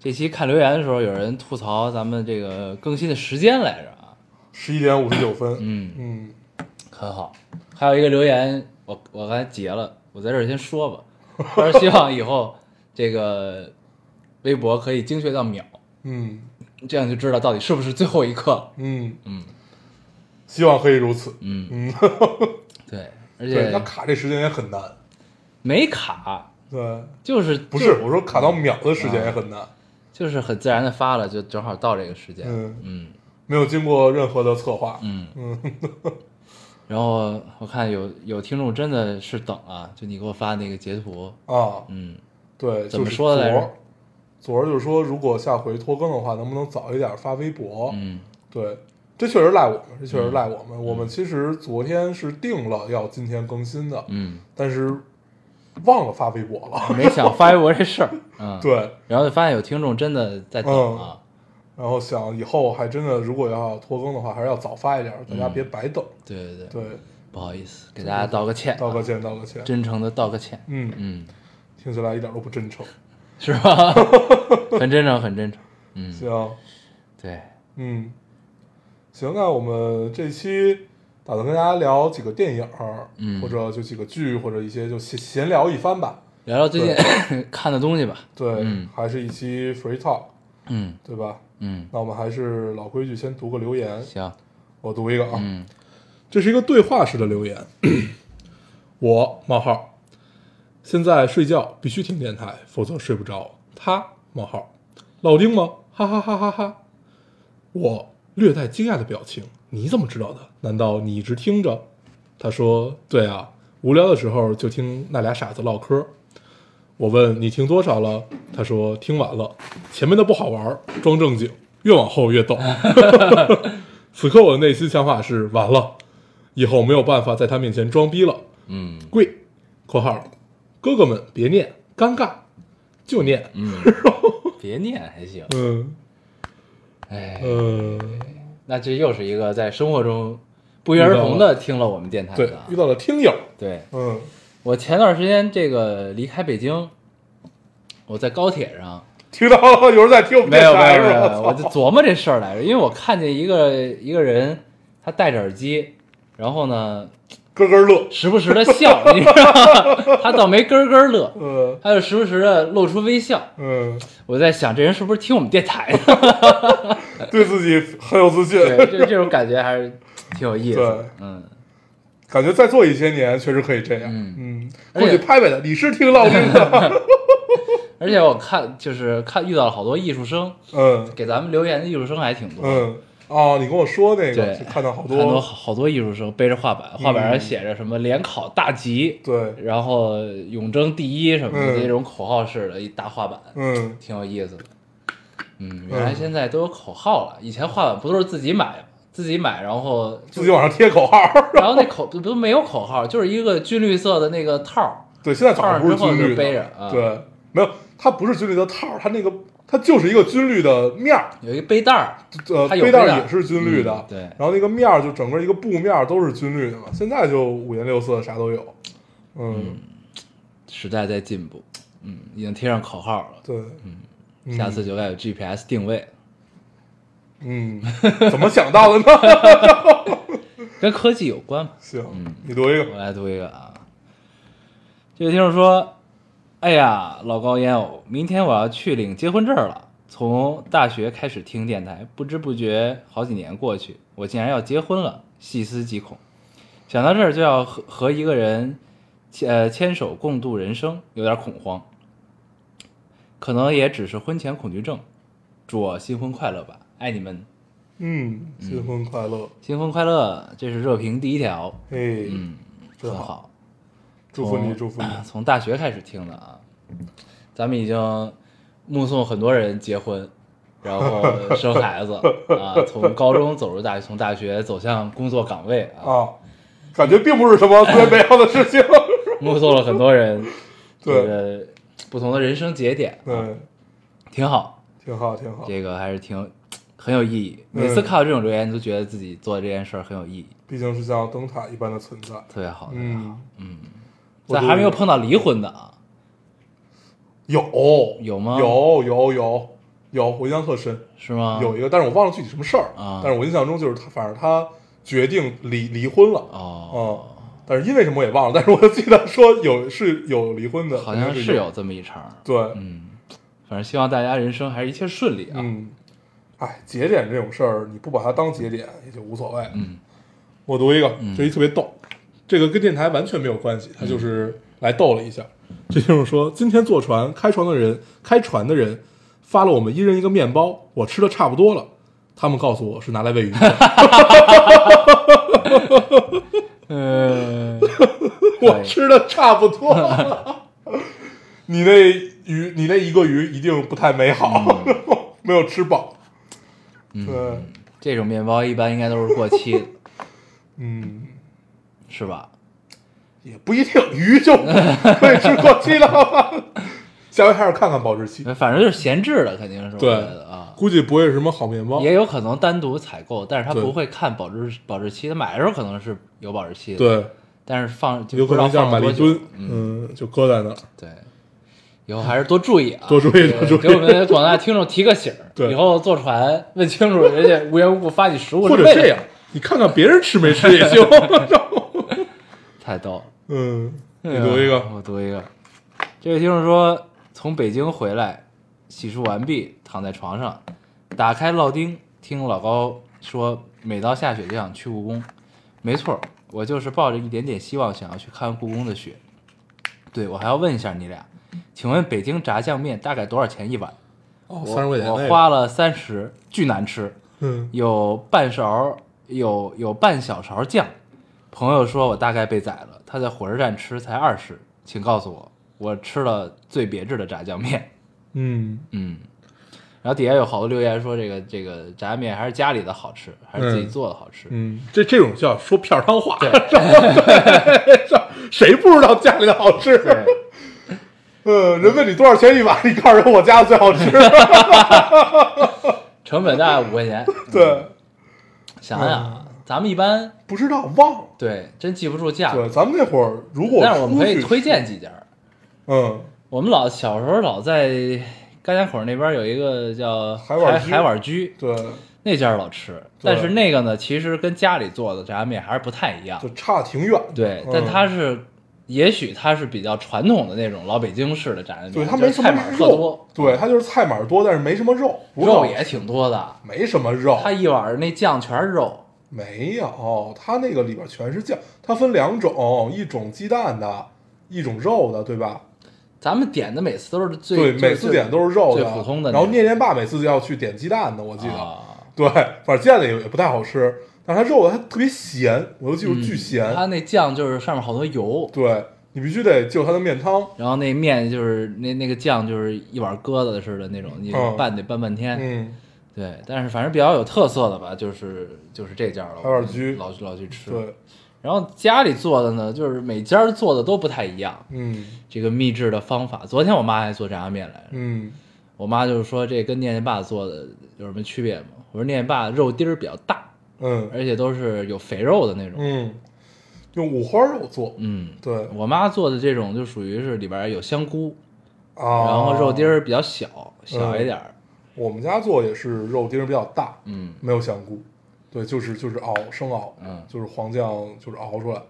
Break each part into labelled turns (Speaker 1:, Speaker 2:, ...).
Speaker 1: 这期看留言的时候，有人吐槽咱们这个更新的时间来着啊，
Speaker 2: 十一点五十九分。
Speaker 1: 嗯
Speaker 2: 嗯，
Speaker 1: 很好。还有一个留言，我我刚才截了，我在这儿先说吧。他说希望以后这个微博可以精确到秒，
Speaker 2: 嗯
Speaker 1: 这样就知道到底是不是最后一刻了。
Speaker 2: 嗯
Speaker 1: 嗯，
Speaker 2: 希望可以如此。
Speaker 1: 嗯
Speaker 2: 嗯，
Speaker 1: 对，而
Speaker 2: 对，
Speaker 1: 且
Speaker 2: 那卡这时间也很难。
Speaker 1: 没卡，
Speaker 2: 对，
Speaker 1: 就是
Speaker 2: 不
Speaker 1: 就是啊
Speaker 2: 我说卡到秒的时间也很难，
Speaker 1: 就是很自然的发了，就正好到这个时间。
Speaker 2: 嗯
Speaker 1: 嗯
Speaker 2: 没有经过任何的策划。
Speaker 1: 嗯
Speaker 2: 嗯
Speaker 1: 然后我看有有听众真的是等啊，就你给我发那个截图，
Speaker 2: 啊，
Speaker 1: 嗯，
Speaker 2: 对，
Speaker 1: 怎
Speaker 2: 就
Speaker 1: 么
Speaker 2: 是
Speaker 1: 说
Speaker 2: 昨
Speaker 1: 的来着
Speaker 2: 儿，昨儿就是说，如果下回拖更的话，能不能早一点发微博？
Speaker 1: 嗯
Speaker 2: 对，这确实赖我们，这确实赖我们。我们其实昨天是定了要今天更新的，
Speaker 1: 嗯，
Speaker 2: 但是忘了发微博了。
Speaker 1: 没想发微博这事儿，嗯，，
Speaker 2: 对，嗯
Speaker 1: 然后就发现有听众真的在等啊，
Speaker 2: 然后想以后还真的，如果要拖更的话，还是要早发一点儿，大
Speaker 1: 嗯
Speaker 2: 家别白等。
Speaker 1: 对对对，
Speaker 2: 对，
Speaker 1: 不好意思，给大家道个歉、啊
Speaker 2: 道个，歉，道个歉。
Speaker 1: 真诚的道个歉，
Speaker 2: 嗯，
Speaker 1: 嗯，
Speaker 2: 听起来一点都不真诚。
Speaker 1: 是 吧？很真诚，很真诚，嗯，
Speaker 2: 行，
Speaker 1: 对，
Speaker 2: 嗯，行，那我们这期打算跟大家聊几个电影儿，
Speaker 1: 嗯
Speaker 2: 或者就几个剧，或者一些就闲闲聊一番吧。
Speaker 1: 聊聊最近看的东西吧，
Speaker 2: 对，
Speaker 1: 嗯
Speaker 2: 还是一期 free talk，
Speaker 1: 嗯
Speaker 2: 对吧？
Speaker 1: 嗯，
Speaker 2: 那我们还是老规矩，先读个留言。
Speaker 1: 行，
Speaker 2: 我读一个啊，
Speaker 1: 嗯
Speaker 2: 这是一个对话式的留言。我冒号，现在睡觉必须听电台，否则睡不着。他冒号，老丁吗？哈哈哈哈哈！我略带惊讶的表情，你怎么知道的？难道你一直听着？他说：“对啊，无聊的时候就听那俩傻子唠嗑。”我问你听多少了？他说听完了，前面的不好玩，装正经，越往后越逗。此刻我的内心想法是：完了，以后没有办法在他面前装逼了。
Speaker 1: 嗯
Speaker 2: 跪（括号）哥哥们别念，尴尬，就念。
Speaker 1: 嗯，别念还行，
Speaker 2: 嗯
Speaker 1: 哎。
Speaker 2: 呃，
Speaker 1: 那这又是一个在生活中不约而同的听了我们电台
Speaker 2: 对
Speaker 1: 的啊，。
Speaker 2: 遇到了听友。
Speaker 1: 对
Speaker 2: 嗯
Speaker 1: 我前段时间这个离开北京，我在高铁上
Speaker 2: 听到了有人在听我们
Speaker 1: 没
Speaker 2: 电
Speaker 1: 有没
Speaker 2: 台
Speaker 1: 有
Speaker 2: 是
Speaker 1: 没
Speaker 2: 吧？
Speaker 1: 有，我就琢磨这事儿来着，因为我看见一个一个人他戴着耳机，然后呢
Speaker 2: 咯咯乐。
Speaker 1: 时不时的笑，你知道吗？ 他倒没咯咯乐，
Speaker 2: 呃
Speaker 1: 他就时不时的露出微笑。
Speaker 2: 嗯，
Speaker 1: 我在想这人是不是听我们电台的？
Speaker 2: 对自己很有自信，
Speaker 1: 对，这这种感觉还是挺有意思的
Speaker 2: 对。
Speaker 1: 嗯，
Speaker 2: 感觉再做一些年确实可以这样。
Speaker 1: 嗯
Speaker 2: 嗯，
Speaker 1: 而
Speaker 2: 过
Speaker 1: 且
Speaker 2: 去拍拍他，你是听老丁 的。
Speaker 1: 而且我看就是看遇到了好多艺术生，
Speaker 2: 嗯
Speaker 1: 给咱们留言的艺术生还挺多，
Speaker 2: 嗯，哦，你跟我说那个，
Speaker 1: 对
Speaker 2: 就看到好
Speaker 1: 很多
Speaker 2: 多，嗯
Speaker 1: 好多艺术生背着画板，画板上写着什么“联考大吉”，
Speaker 2: 对，
Speaker 1: 然后“永争第一”什么的
Speaker 2: 嗯
Speaker 1: 这种口号式的一大画板，
Speaker 2: 嗯，
Speaker 1: 挺有意思的。嗯，原来现在都有口号了，以前画板不都是自己买吗？自己买，然后
Speaker 2: 自己往上贴口号。
Speaker 1: 然后那口不都没有口号，就是一个军绿色的那个套儿，
Speaker 2: 对，现在早上不是军
Speaker 1: 套上之后
Speaker 2: 绿
Speaker 1: 就背着
Speaker 2: 的，
Speaker 1: 啊
Speaker 2: 对，没有，它不是军绿的套儿，它那个它就是一个军绿的面儿，
Speaker 1: 有一个背带儿，
Speaker 2: 呃，
Speaker 1: 它有
Speaker 2: 带
Speaker 1: 背带
Speaker 2: 儿
Speaker 1: 儿
Speaker 2: 也是军绿的
Speaker 1: 嗯，对
Speaker 2: 然后那个面儿就整个一个布面儿都是军绿的嘛，现在就五颜六色，啥都有，嗯，
Speaker 1: 时代在进步，嗯，已经贴上口号了，
Speaker 2: 对，嗯
Speaker 1: 下次就该有 GPS 定位了。
Speaker 2: 嗯，怎么想到的呢？
Speaker 1: 跟科技有关吧。
Speaker 2: 行，你读一
Speaker 1: 我
Speaker 2: 个，
Speaker 1: 来读一个啊，这位听众说：“哎呀，老高烟偶，明天我要去领结婚证了。从大学开始听电台，不知不觉好几年过去，我竟然要结婚了，细思极恐。想到这儿就要和和一个人牵呃牵手共度人生，有点恐慌。可能也只是婚前恐惧症。祝我新婚快乐吧，爱你们，
Speaker 2: 嗯，新婚快乐，
Speaker 1: 新婚快乐。”这是热评第一条，
Speaker 2: 哎，
Speaker 1: 嗯，哦
Speaker 2: 真
Speaker 1: 很
Speaker 2: 好
Speaker 1: 好。
Speaker 2: 祝福你，
Speaker 1: 从啊
Speaker 2: 祝福你，
Speaker 1: 从大啊学开始听的啊，咱们已经目送很多人结婚，然 后生孩子啊，从高中走入大学，从大学走向工作岗位啊，
Speaker 2: 啊，感觉并不是什么特别美好的事情。
Speaker 1: 目送了很多人这
Speaker 2: 对
Speaker 1: 个不同的人生节点，
Speaker 2: 对，
Speaker 1: 挺好，
Speaker 2: 挺好，挺好，
Speaker 1: 这个还是挺很有意义。每次
Speaker 2: 嗯
Speaker 1: 看到这种留言，你都觉得自己做这件事儿很有意义，
Speaker 2: 毕竟是像灯塔一般的存在。
Speaker 1: 特别好。
Speaker 2: 嗯，我
Speaker 1: 咱
Speaker 2: 就
Speaker 1: 还没有碰到离婚的啊，
Speaker 2: 有
Speaker 1: 有吗
Speaker 2: 有有有有，我印象特深，
Speaker 1: 是吗？
Speaker 2: 有一个，但是我忘了具体什么事儿
Speaker 1: 啊
Speaker 2: 但是我印象中就是他，反正他决定离离婚了。
Speaker 1: 哦，
Speaker 2: 嗯，但是因为什么我也忘了，但是我记得说有是有离婚的，
Speaker 1: 好像
Speaker 2: 肯定
Speaker 1: 是
Speaker 2: 是
Speaker 1: 有。这么一茬儿。
Speaker 2: 对，
Speaker 1: 嗯，反正希望大家人生还是一切顺利啊。
Speaker 2: 嗯，哎，节点这种事儿，你不把它当节点也就无所谓。
Speaker 1: 嗯，
Speaker 2: 我读一个，这一特别逗，这个跟电台完全没有关系，他就是来逗了一下。这就是说，今天坐船开船的人，开船的人发了我们一人一个面包，我吃的差不多了，他们告诉我是拿来喂鱼的，
Speaker 1: 呃，
Speaker 2: 我吃的差不多了。你那鱼，你那一个鱼一定不太美好， 没有吃饱。对，
Speaker 1: 这种面包一般应该都是过期的，
Speaker 2: 嗯，
Speaker 1: 是吧？
Speaker 2: 也不一定，鱼就 可以吃过期了好吧。下回还是看看保 质期，
Speaker 1: 呃反正就是闲置的，肯定是我觉
Speaker 2: 对
Speaker 1: 得啊。
Speaker 2: 估计不会是什么好面包。
Speaker 1: 也有可能单独采购，但是他
Speaker 2: 对
Speaker 1: 不会看保质保质期，他买的时候可能是有保质期的，，
Speaker 2: 对，
Speaker 1: 但是放就
Speaker 2: 有
Speaker 1: 不
Speaker 2: 可
Speaker 1: 知道
Speaker 2: 能这样
Speaker 1: 放
Speaker 2: 买
Speaker 1: 了
Speaker 2: 了
Speaker 1: 多
Speaker 2: 一
Speaker 1: 久
Speaker 2: 吨，
Speaker 1: 嗯，
Speaker 2: 嗯，就搁在那儿。
Speaker 1: 对，以后还是多注意啊，
Speaker 2: 多注意
Speaker 1: 对
Speaker 2: 多注意
Speaker 1: 给我们广大听众提个醒儿，
Speaker 2: 对
Speaker 1: 以后坐船问清楚，人家无缘无故发你食物，
Speaker 2: 或者这样，，你看看别人吃没吃也行。
Speaker 1: 太逗了。
Speaker 2: 嗯，你读一
Speaker 1: 哎呀
Speaker 2: 个，
Speaker 1: 我读一个。这位听众说，从北京回来，洗漱完毕，躺在床上，打开烙丁，听老高说，每到下雪就想去故宫。没错，我就是抱着一点点希望，想要去看故宫的雪。对，我还要问一下你俩，请问北京炸酱面大概多少钱一碗？
Speaker 2: 哦，
Speaker 1: 我
Speaker 2: 三十块钱那
Speaker 1: 我
Speaker 2: 个
Speaker 1: 花了三十，巨难吃。
Speaker 2: 嗯，
Speaker 1: 有半勺，有有半小勺酱。朋友说我大概被宰了，他在火车站吃才二十，请告诉我，我吃了最别致的炸酱面。
Speaker 2: 嗯，
Speaker 1: 嗯，然后底下有好多留言说这个这个炸酱面还是家里的好吃，还是自己做的好吃。
Speaker 2: 嗯，这这种叫说片儿汤话， 谁不知道家里的好吃？嗯，人问你多少钱一碗，你告诉人我家的最 好吃。
Speaker 1: 成本大概五块 钱。
Speaker 2: 对，
Speaker 1: 想想
Speaker 2: 嗯
Speaker 1: 啊，咱们一般
Speaker 2: 不知道忘了。
Speaker 1: 对真记不住价格
Speaker 2: 对，，咱们那会儿如果
Speaker 1: 但是我们可以
Speaker 2: 出去
Speaker 1: 推荐几家儿。
Speaker 2: 嗯，
Speaker 1: 我们老小时候老在甘家口那边有一个叫
Speaker 2: 海碗居
Speaker 1: 海碗居，
Speaker 2: 对，
Speaker 1: 那家儿老吃，
Speaker 2: 对
Speaker 1: 但是那个呢，其实跟家里做的炸酱面还是不太一样
Speaker 2: 就。差挺远的。
Speaker 1: 对
Speaker 2: 嗯，
Speaker 1: 但它是，也许它是比较传统的那种老北京式的炸酱面，
Speaker 2: 对它
Speaker 1: 就
Speaker 2: 没
Speaker 1: 是
Speaker 2: 什
Speaker 1: 菜码
Speaker 2: 么
Speaker 1: 儿特
Speaker 2: 肉
Speaker 1: 多，，
Speaker 2: 对，它就是菜码儿多，但是没什么肉，不
Speaker 1: 肉
Speaker 2: 知道
Speaker 1: 也挺多的。
Speaker 2: 没什么肉，
Speaker 1: 它一碗儿那酱全是肉，
Speaker 2: 没有，它那个里边全是酱，它分两种，一种鸡蛋的，一种肉的，对吧？
Speaker 1: 咱们点的每次都是最
Speaker 2: 对，
Speaker 1: 最
Speaker 2: 每次点都是肉的，
Speaker 1: 最普通的那
Speaker 2: 然后
Speaker 1: 种
Speaker 2: 念念爸每次要去点鸡蛋的，我记
Speaker 1: 最
Speaker 2: 得，
Speaker 1: 啊，
Speaker 2: 对，反正鸡蛋的也也不太好吃，但是它肉的它特别咸，我就记住
Speaker 1: 嗯
Speaker 2: 巨咸。
Speaker 1: 它那酱就是上面好多油，
Speaker 2: 对你必须得就它的面汤，
Speaker 1: 然后那面就是那那个酱就是一碗疙瘩似的那种，你
Speaker 2: 嗯
Speaker 1: 拌得拌半天。
Speaker 2: 嗯，
Speaker 1: 对，但是反正比较有特色的吧，就是就是这家了，
Speaker 2: 海碗居
Speaker 1: 老去老去吃。
Speaker 2: 对，
Speaker 1: 然后家里做的呢，就是每家做的都不太一样，
Speaker 2: 嗯
Speaker 1: 这个秘制的方法。昨天我妈还做炸酱面来着，
Speaker 2: 嗯，
Speaker 1: 我妈就是说这跟念念爸做的有什么区别吗？我说念念爸肉丁儿比较大，
Speaker 2: 嗯
Speaker 1: 而且都是有肥肉的那种。
Speaker 2: 嗯，用五花肉做，
Speaker 1: 嗯，
Speaker 2: 对
Speaker 1: 我妈做的这种就属于是里边有香菇，
Speaker 2: 啊，
Speaker 1: 然后肉丁。儿比较小，小一点儿。
Speaker 2: 我们家做也是肉丁儿比较大，
Speaker 1: 嗯
Speaker 2: 没有香菇，对，就是就是熬生熬，
Speaker 1: 嗯
Speaker 2: 就是黄酱就是熬出来，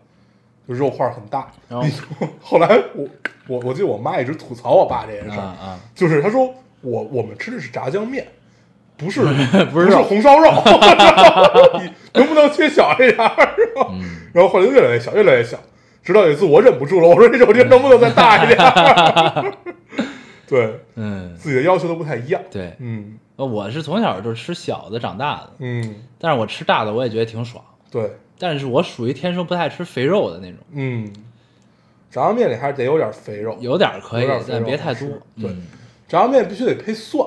Speaker 2: 就肉块儿很大。
Speaker 1: 然后
Speaker 2: 后来我我我记得我妈一直吐槽我爸这件事
Speaker 1: 啊
Speaker 2: 儿，
Speaker 1: 啊，
Speaker 2: 就是她说我我们吃的是炸酱面，不是
Speaker 1: 不
Speaker 2: 不
Speaker 1: 是
Speaker 2: 是
Speaker 1: 肉
Speaker 2: 红烧肉， 你能不能切小一点儿？
Speaker 1: 嗯，
Speaker 2: 然后后来就越来越小，越来越小，直到有一次我忍不住了，我说这肉丁能不能再大一点儿？ 对
Speaker 1: 嗯，
Speaker 2: 自己的要求都不太一样，
Speaker 1: 对，
Speaker 2: 嗯
Speaker 1: 我是从小就吃小的长大的，
Speaker 2: 嗯，
Speaker 1: 但是我吃大的我也觉得挺爽，
Speaker 2: 对。
Speaker 1: 但是我属于天生不太吃肥肉的那种。
Speaker 2: 嗯，炸酱面里还是得有点肥肉，
Speaker 1: 有点儿可以
Speaker 2: 有点儿，肥
Speaker 1: 但
Speaker 2: 肉
Speaker 1: 别
Speaker 2: 好
Speaker 1: 太
Speaker 2: 吃
Speaker 1: 多。
Speaker 2: 对
Speaker 1: 嗯
Speaker 2: 炸酱面必须得配蒜，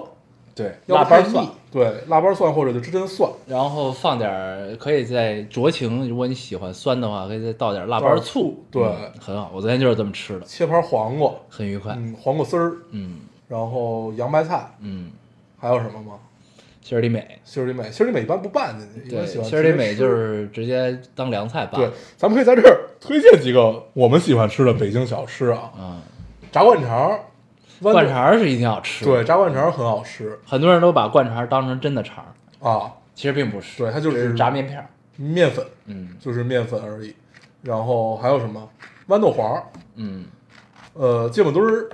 Speaker 1: 对，
Speaker 2: 要
Speaker 1: 腊
Speaker 2: 不太
Speaker 1: 八
Speaker 2: 腻
Speaker 1: 蒜，
Speaker 2: 对，腊八蒜或者就真蒜，
Speaker 1: 然后放点儿，可以再酌情，如果你喜欢酸的话，可以再倒点儿腊
Speaker 2: 倒
Speaker 1: 八
Speaker 2: 点儿
Speaker 1: 醋，
Speaker 2: 对
Speaker 1: 嗯很好。我昨天就是这么吃的，
Speaker 2: 切盘黄瓜，
Speaker 1: 很愉快。
Speaker 2: 嗯，黄瓜丝儿，
Speaker 1: 嗯
Speaker 2: 然后洋白菜，
Speaker 1: 嗯，
Speaker 2: 还有什么吗？
Speaker 1: 西尔里美，
Speaker 2: 西尔里美，西尔里美一般不拌进去，一
Speaker 1: 对，
Speaker 2: 般喜欢
Speaker 1: 西尔里
Speaker 2: 直接
Speaker 1: 美
Speaker 2: 吃
Speaker 1: 就是直接当凉菜拌
Speaker 2: 对。，咱们可以在这儿推荐几个我们喜欢吃的北京小吃啊，
Speaker 1: 嗯，
Speaker 2: 炸灌肠，豌豆
Speaker 1: 灌，肠是一定要吃，
Speaker 2: 对，，炸灌肠很好吃
Speaker 1: 很多人都把灌肠当成真的肠，
Speaker 2: 啊，
Speaker 1: 其实并不是，
Speaker 2: 对它就是
Speaker 1: 只是炸面片儿。
Speaker 2: 面粉
Speaker 1: 嗯
Speaker 2: 就是面粉而已，然后还有什么豌豆黄儿，
Speaker 1: 嗯，
Speaker 2: 呃，芥末墩儿，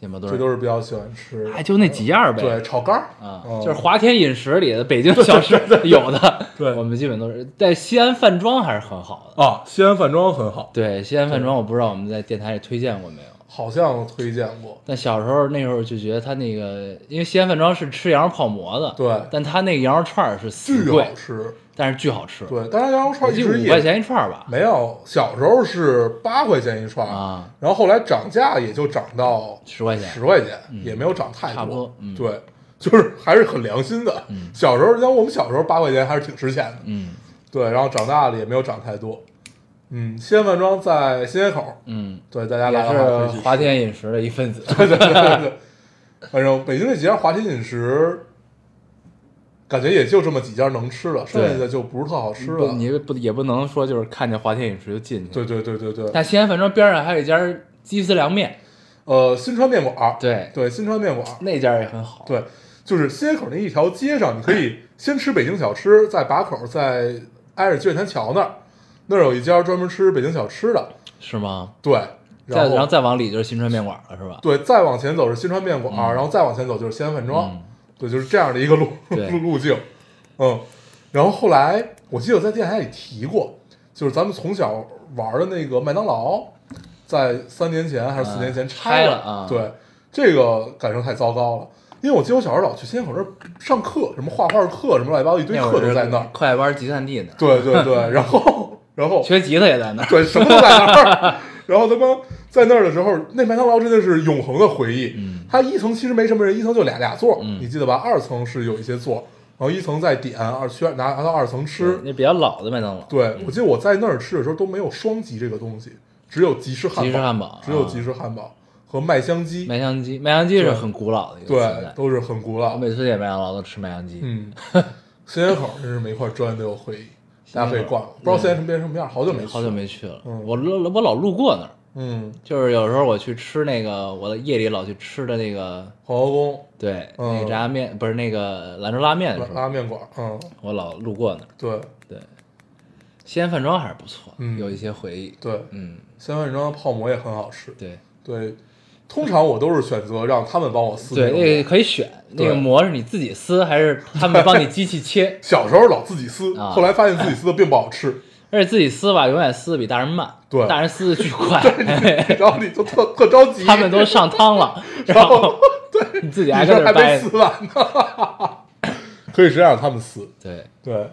Speaker 1: 芥末墩
Speaker 2: 这
Speaker 1: 儿，
Speaker 2: 都是比较喜欢吃的，
Speaker 1: 哎，就那几样儿呗。
Speaker 2: 对，炒肝儿
Speaker 1: 啊，
Speaker 2: 嗯
Speaker 1: 就是华天饮食里的北京小吃有 的，
Speaker 2: 对
Speaker 1: 我们基本都是在西安饭庄还是很好的。
Speaker 2: 啊，西安饭庄很好，
Speaker 1: 对，西安饭庄，我不知道我们在电台里推荐过没有。
Speaker 2: 好像推荐过，
Speaker 1: 但小时候那时候就觉得他那个，因为西安饭庄是吃羊肉泡馍的，
Speaker 2: 对
Speaker 1: 但他那个羊肉串儿是死
Speaker 2: 巨
Speaker 1: 贵
Speaker 2: 好，吃，
Speaker 1: 但是巨好吃，，
Speaker 2: 对，但是羊肉串
Speaker 1: 我
Speaker 2: 儿一
Speaker 1: 记得
Speaker 2: 直
Speaker 1: 五
Speaker 2: 也
Speaker 1: 块钱一串儿吧，
Speaker 2: 没有，小时候是八块钱一串儿
Speaker 1: 啊，
Speaker 2: 然后后来涨价也就涨到
Speaker 1: 十块钱嗯
Speaker 2: 十块钱，也没有涨太
Speaker 1: 差不多嗯
Speaker 2: 对，就是还是很良心的。小时候，像我们小时候八块钱还是挺值钱的，
Speaker 1: 嗯
Speaker 2: 对。然后长大了也没有涨太多。嗯，西安饭庄在新街口，
Speaker 1: 嗯，
Speaker 2: 对大家来
Speaker 1: 也
Speaker 2: 的话可以
Speaker 1: 是
Speaker 2: 去吃
Speaker 1: 华。天饮食的一份子。
Speaker 2: 对对对对对，反正北京这几家华天饮食，感觉也就这么几家能吃了，剩下的就不是特好吃
Speaker 1: 不
Speaker 2: 了。
Speaker 1: 你不也不能说就是看见华天饮食就进去，
Speaker 2: 对对对对对，
Speaker 1: 但西安饭庄边上还有一家鸡丝凉面，
Speaker 2: 呃，新川面馆儿，
Speaker 1: 对
Speaker 2: 对，新川面馆儿，
Speaker 1: 那家也很好。
Speaker 2: 对，就是新街口那一条街上，你可以先吃北京小吃，在把口，在挨着积水潭桥那儿，那儿有一家专门吃北京小吃的，
Speaker 1: 是吗？
Speaker 2: 对，
Speaker 1: 再
Speaker 2: 然后
Speaker 1: 然后再往里就是新川面馆了，是吧？
Speaker 2: 对，再往前走是新川面馆，然后再往前走就是西安饭庄，
Speaker 1: 嗯
Speaker 2: 对，就是这样的一个路
Speaker 1: 对
Speaker 2: 路路径，嗯，然后后来我记得我在电台里提过，就是咱们从小玩的那个麦当劳，在三年前还是四年前
Speaker 1: 啊
Speaker 2: 拆
Speaker 1: 拆了啊
Speaker 2: 对，这个感受太糟糕了。因为我记得我小时候老去新街口那儿上课，什么画画课，什么乱七八糟一堆
Speaker 1: 那会
Speaker 2: 课都在那
Speaker 1: 是
Speaker 2: 儿。
Speaker 1: 快班集散地呢，
Speaker 2: 对对 对，然后然后
Speaker 1: 学吉他也在那儿。
Speaker 2: 对，什么都在那儿。然后他妈在那儿的时候，那麦当劳真的是永恒的回忆。
Speaker 1: 嗯
Speaker 2: 它一层其实没什么人，一层就俩俩座儿，
Speaker 1: 嗯
Speaker 2: 你记得吧？二层是有一些座儿，然后一层再点，二去拿拿到二层吃。
Speaker 1: 那比较老的麦当劳，
Speaker 2: 对，我记得我在那儿吃的时候都没有双级这个东西，只有吉士汉堡，
Speaker 1: 吉士汉堡
Speaker 2: 只有
Speaker 1: 啊
Speaker 2: 吉士汉堡和麦香鸡，
Speaker 1: 麦香鸡，麦香鸡是
Speaker 2: 对
Speaker 1: 很古老的一个存
Speaker 2: 对
Speaker 1: 在，。
Speaker 2: 都是很古
Speaker 1: 我
Speaker 2: 老。
Speaker 1: 每次点麦当劳都吃麦香鸡，
Speaker 2: 嗯，新街口真是每块砖都有回忆，大家可以逛逛。
Speaker 1: 嗯
Speaker 2: 不知道现在什么变成什么样，好久没
Speaker 1: 好久
Speaker 2: 去了。
Speaker 1: 没去了。
Speaker 2: 嗯
Speaker 1: 我老我老路过那儿，
Speaker 2: 嗯，
Speaker 1: 就是有时候我去吃那个，我夜里老去吃的那个，
Speaker 2: 黄河宫
Speaker 1: 对，
Speaker 2: 嗯
Speaker 1: 那个炸酱面不是那个兰州拉面的
Speaker 2: 拉
Speaker 1: 时候，
Speaker 2: 拉面馆儿，嗯，
Speaker 1: 我老路过那儿。
Speaker 2: 对
Speaker 1: 对，西安饭庄还是不错，
Speaker 2: 嗯
Speaker 1: 有一些回忆。
Speaker 2: 对。
Speaker 1: 嗯，
Speaker 2: 三碗装的泡馍也很好吃。
Speaker 1: 对。
Speaker 2: 对，通常我都是选择让他们帮我撕那
Speaker 1: 对，
Speaker 2: 种
Speaker 1: 那
Speaker 2: 馍。
Speaker 1: 个可以选，那
Speaker 2: 对？
Speaker 1: 个膜是你自己撕还是他们帮你机器切
Speaker 2: 小时候老自己撕，
Speaker 1: 啊
Speaker 2: 后来发现自己撕的并不好吃，
Speaker 1: 而且自己撕吧，永远撕的比大人慢，
Speaker 2: 对
Speaker 1: 大人撕的巨快，
Speaker 2: 然后你就特特着 急。
Speaker 1: 他们都上汤了，然
Speaker 2: 然
Speaker 1: 后
Speaker 2: 后 对，
Speaker 1: 你自己
Speaker 2: 你
Speaker 1: 还
Speaker 2: 这
Speaker 1: 跟那
Speaker 2: 还
Speaker 1: 儿掰，
Speaker 2: 没撕完呢， 可以直接让他们撕。
Speaker 1: 对，
Speaker 2: 对，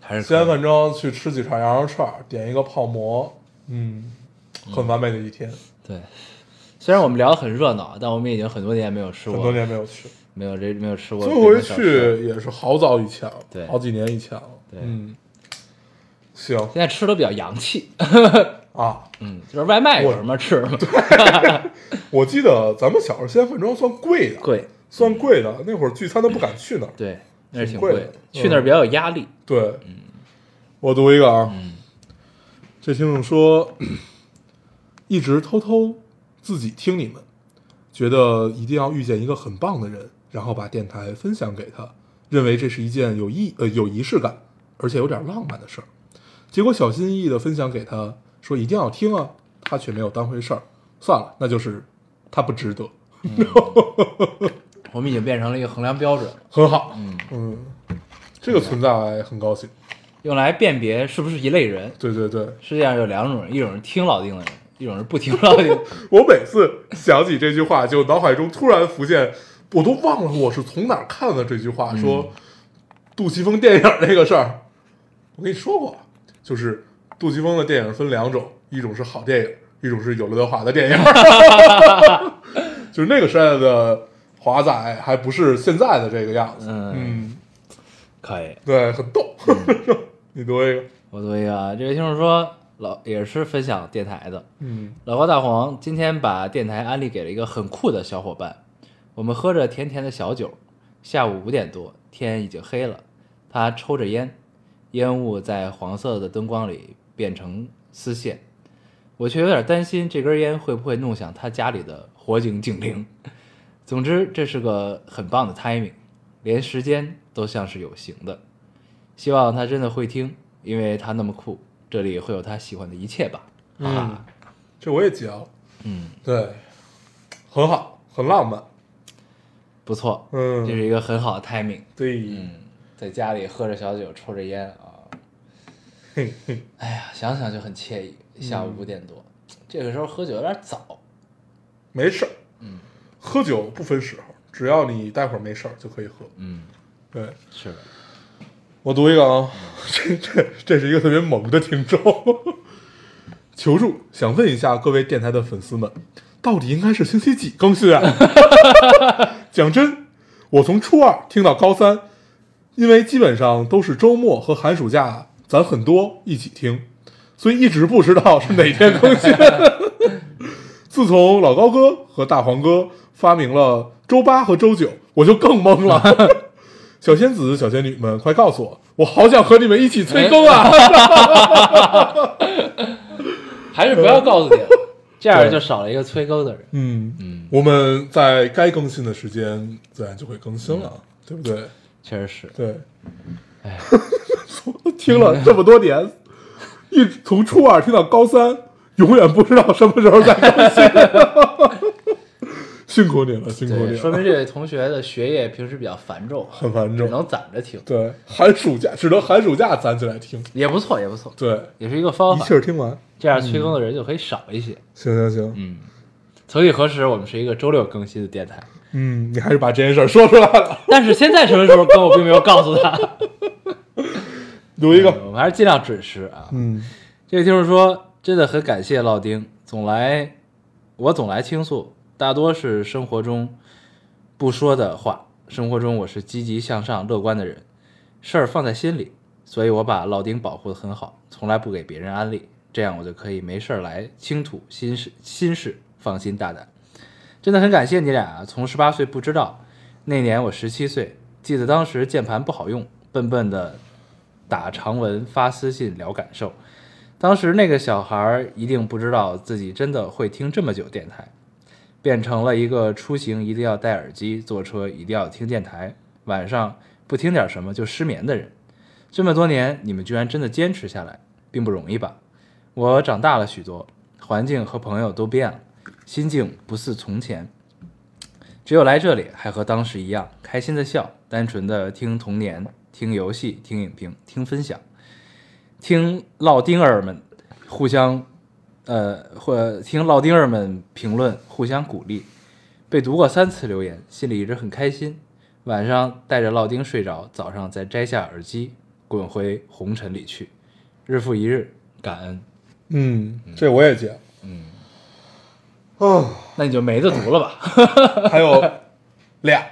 Speaker 1: 还是
Speaker 2: 西安
Speaker 1: 可以
Speaker 2: 饭庄去吃几串羊肉串儿，点一个泡馍，嗯，很完美的一天。
Speaker 1: 对。虽然我们聊得很热闹，但我们已经很多年没有吃
Speaker 2: 很多
Speaker 1: 过，
Speaker 2: 年没有去，
Speaker 1: 没有这没有吃过
Speaker 2: 最
Speaker 1: 北
Speaker 2: 后
Speaker 1: 京
Speaker 2: 一回
Speaker 1: 小吃。
Speaker 2: 去也是好早以前了，
Speaker 1: 对
Speaker 2: 好几年以前了。
Speaker 1: 对
Speaker 2: 嗯，行
Speaker 1: 现在吃的比较洋气，
Speaker 2: 啊，
Speaker 1: 嗯，就是外卖有
Speaker 2: 我
Speaker 1: 什么吃什么，
Speaker 2: 我记得咱们小时候西安饭庄算贵的，
Speaker 1: 贵，
Speaker 2: 算贵的。那会儿聚餐都不敢去那儿。
Speaker 1: 对，那是挺
Speaker 2: 挺贵
Speaker 1: 贵
Speaker 2: 的嗯
Speaker 1: 的，去那儿比较有压力。
Speaker 2: 对，我读一个啊，这听众说，一直偷偷自己听你们，觉得一定要遇见一个很棒的人，然后把电台分享给他，认为这是一件有意呃有仪式感，而且有点浪漫的事儿。结果小心翼翼的分享给他，说一定要听啊，他却没有当回事儿。算了，那就是他不值得，
Speaker 1: 我们已经变成了一个衡量标准，
Speaker 2: 很好，嗯这个存在很高兴。
Speaker 1: 用来辨别是不是一类人。
Speaker 2: 对对对，
Speaker 1: 世界上有两种人，一种是听老丁的人，一种是不听老丁的人。
Speaker 2: 我每次想起这句话，就脑海中突然浮现，我都忘了我是从哪儿看的这句话，说杜琪峰电影那个事儿，我跟你说过，就是杜琪峰的电影分两种，一种是好电影，一种是有刘德华的电影，就是那个时代的华仔还不是现在的这个样子。
Speaker 1: 嗯，
Speaker 2: 嗯，
Speaker 1: 可以。
Speaker 2: 对，很逗。 你读一个，
Speaker 1: 我读一个啊，这位听众说老也是分享电台的，
Speaker 2: 嗯
Speaker 1: 老高大黄今天把电台安利给了一个很酷的小伙伴，我们喝着甜甜的小酒，下午五点多，天已经黑了，他抽着烟，烟雾在黄色的灯光里变成丝线，我却有点担心这根烟会不会弄响他家里的火警警铃。总之，这是个很棒的 timing，连时间都像是有形的。希望他真的会听，因为他那么酷，这里会有他喜欢的一切吧。哈哈。
Speaker 2: 嗯，这我也截了。
Speaker 1: 嗯，
Speaker 2: 对，很好，很浪漫。
Speaker 1: 不错，这
Speaker 2: 嗯，
Speaker 1: 是一个很好的 timing。
Speaker 2: 对，
Speaker 1: 嗯，在家里喝着小酒，抽着烟啊，
Speaker 2: 嘿嘿，
Speaker 1: 哎呀，想想就很惬意。下午五点多，这个时候喝酒有点早。
Speaker 2: 没事儿。嗯，喝酒不分时候，只要你待会儿没事儿就可以喝。
Speaker 1: 嗯，
Speaker 2: 对
Speaker 1: 是的，
Speaker 2: 我读一个啊， 这这这是一个特别猛的听众，求助，想问一下各位电台的粉丝们，到底应该是星期几更新啊？讲真，我从初二听到高三，因为基本上都是周末和寒暑假，咱很多一起听，所以一直不知道是哪天更新。自从老高哥和大黄哥发明了周八和周九，我就更懵了。小仙子、小仙女们，快告诉我，我好想和你们一起催更 啊！
Speaker 1: 还是不要告诉你了，这样就少了一个催更的人。
Speaker 2: 嗯嗯，我们在该更新的时间自然就会更新了，对不对？
Speaker 1: 确实是，
Speaker 2: 对，
Speaker 1: 哎，
Speaker 2: 听了这么多年，一直从初二听到高三，永远不知道什么时候再更 新。辛苦你了，辛苦
Speaker 1: 对，
Speaker 2: 你
Speaker 1: 说
Speaker 2: 了，
Speaker 1: 明这位同学的学业平时比较繁重啊，
Speaker 2: 很繁
Speaker 1: 只
Speaker 2: 重。
Speaker 1: 能攒着听，
Speaker 2: 对，寒暑假只能寒暑假攒起来听。
Speaker 1: 也不错，也不错，
Speaker 2: 对，
Speaker 1: 也是一个方
Speaker 2: 一
Speaker 1: 法
Speaker 2: 气。儿听完。
Speaker 1: 这样催更的人就可以少一些。
Speaker 2: 行行行，
Speaker 1: 嗯，曾几何时，我们是一个周六更新的电台。
Speaker 2: 嗯，你还是把这件事儿说出来了。
Speaker 1: 但是现在什么时候跟我并没有告诉他。
Speaker 2: 读一个，
Speaker 1: 嗯我们还是尽量准时啊。
Speaker 2: 嗯
Speaker 1: 这位听众说，真的很感谢老丁，总来我总来倾诉，大多是生活中不说的话。生活中我是积极向上、乐观的人，事儿放在心里，所以我把老丁保护的很好，从来不给别人安利，这样我就可以没事儿来倾吐心事，心事放心大胆。真的很感谢你俩啊！从十八岁不知道，那年我十七岁，记得当时键盘不好用，笨笨的打长文发私信聊感受。当时那个小孩儿一定不知道自己真的会听这么久电台，变成了一个出行一定要戴耳机，坐车一定要听电台，晚上不听点什么就失眠的人。这么多年，你们居然真的坚持下来，并不容易吧？我长大了许多，环境和朋友都变了，心境不似从前。只有来这里，还和当时一样，开心的笑，单纯的听童年，听游戏，听影评，听分享。听老丁儿们互相，呃，或听老丁儿们评论，互相鼓励。被读过三次留言，心里一直很开心。晚上带着老丁睡着，早上再摘下耳机，滚回红尘里去。日复一日，感恩。
Speaker 2: 嗯，这我也接。嗯，啊。
Speaker 1: 那你就没得读了吧？
Speaker 2: 还有俩，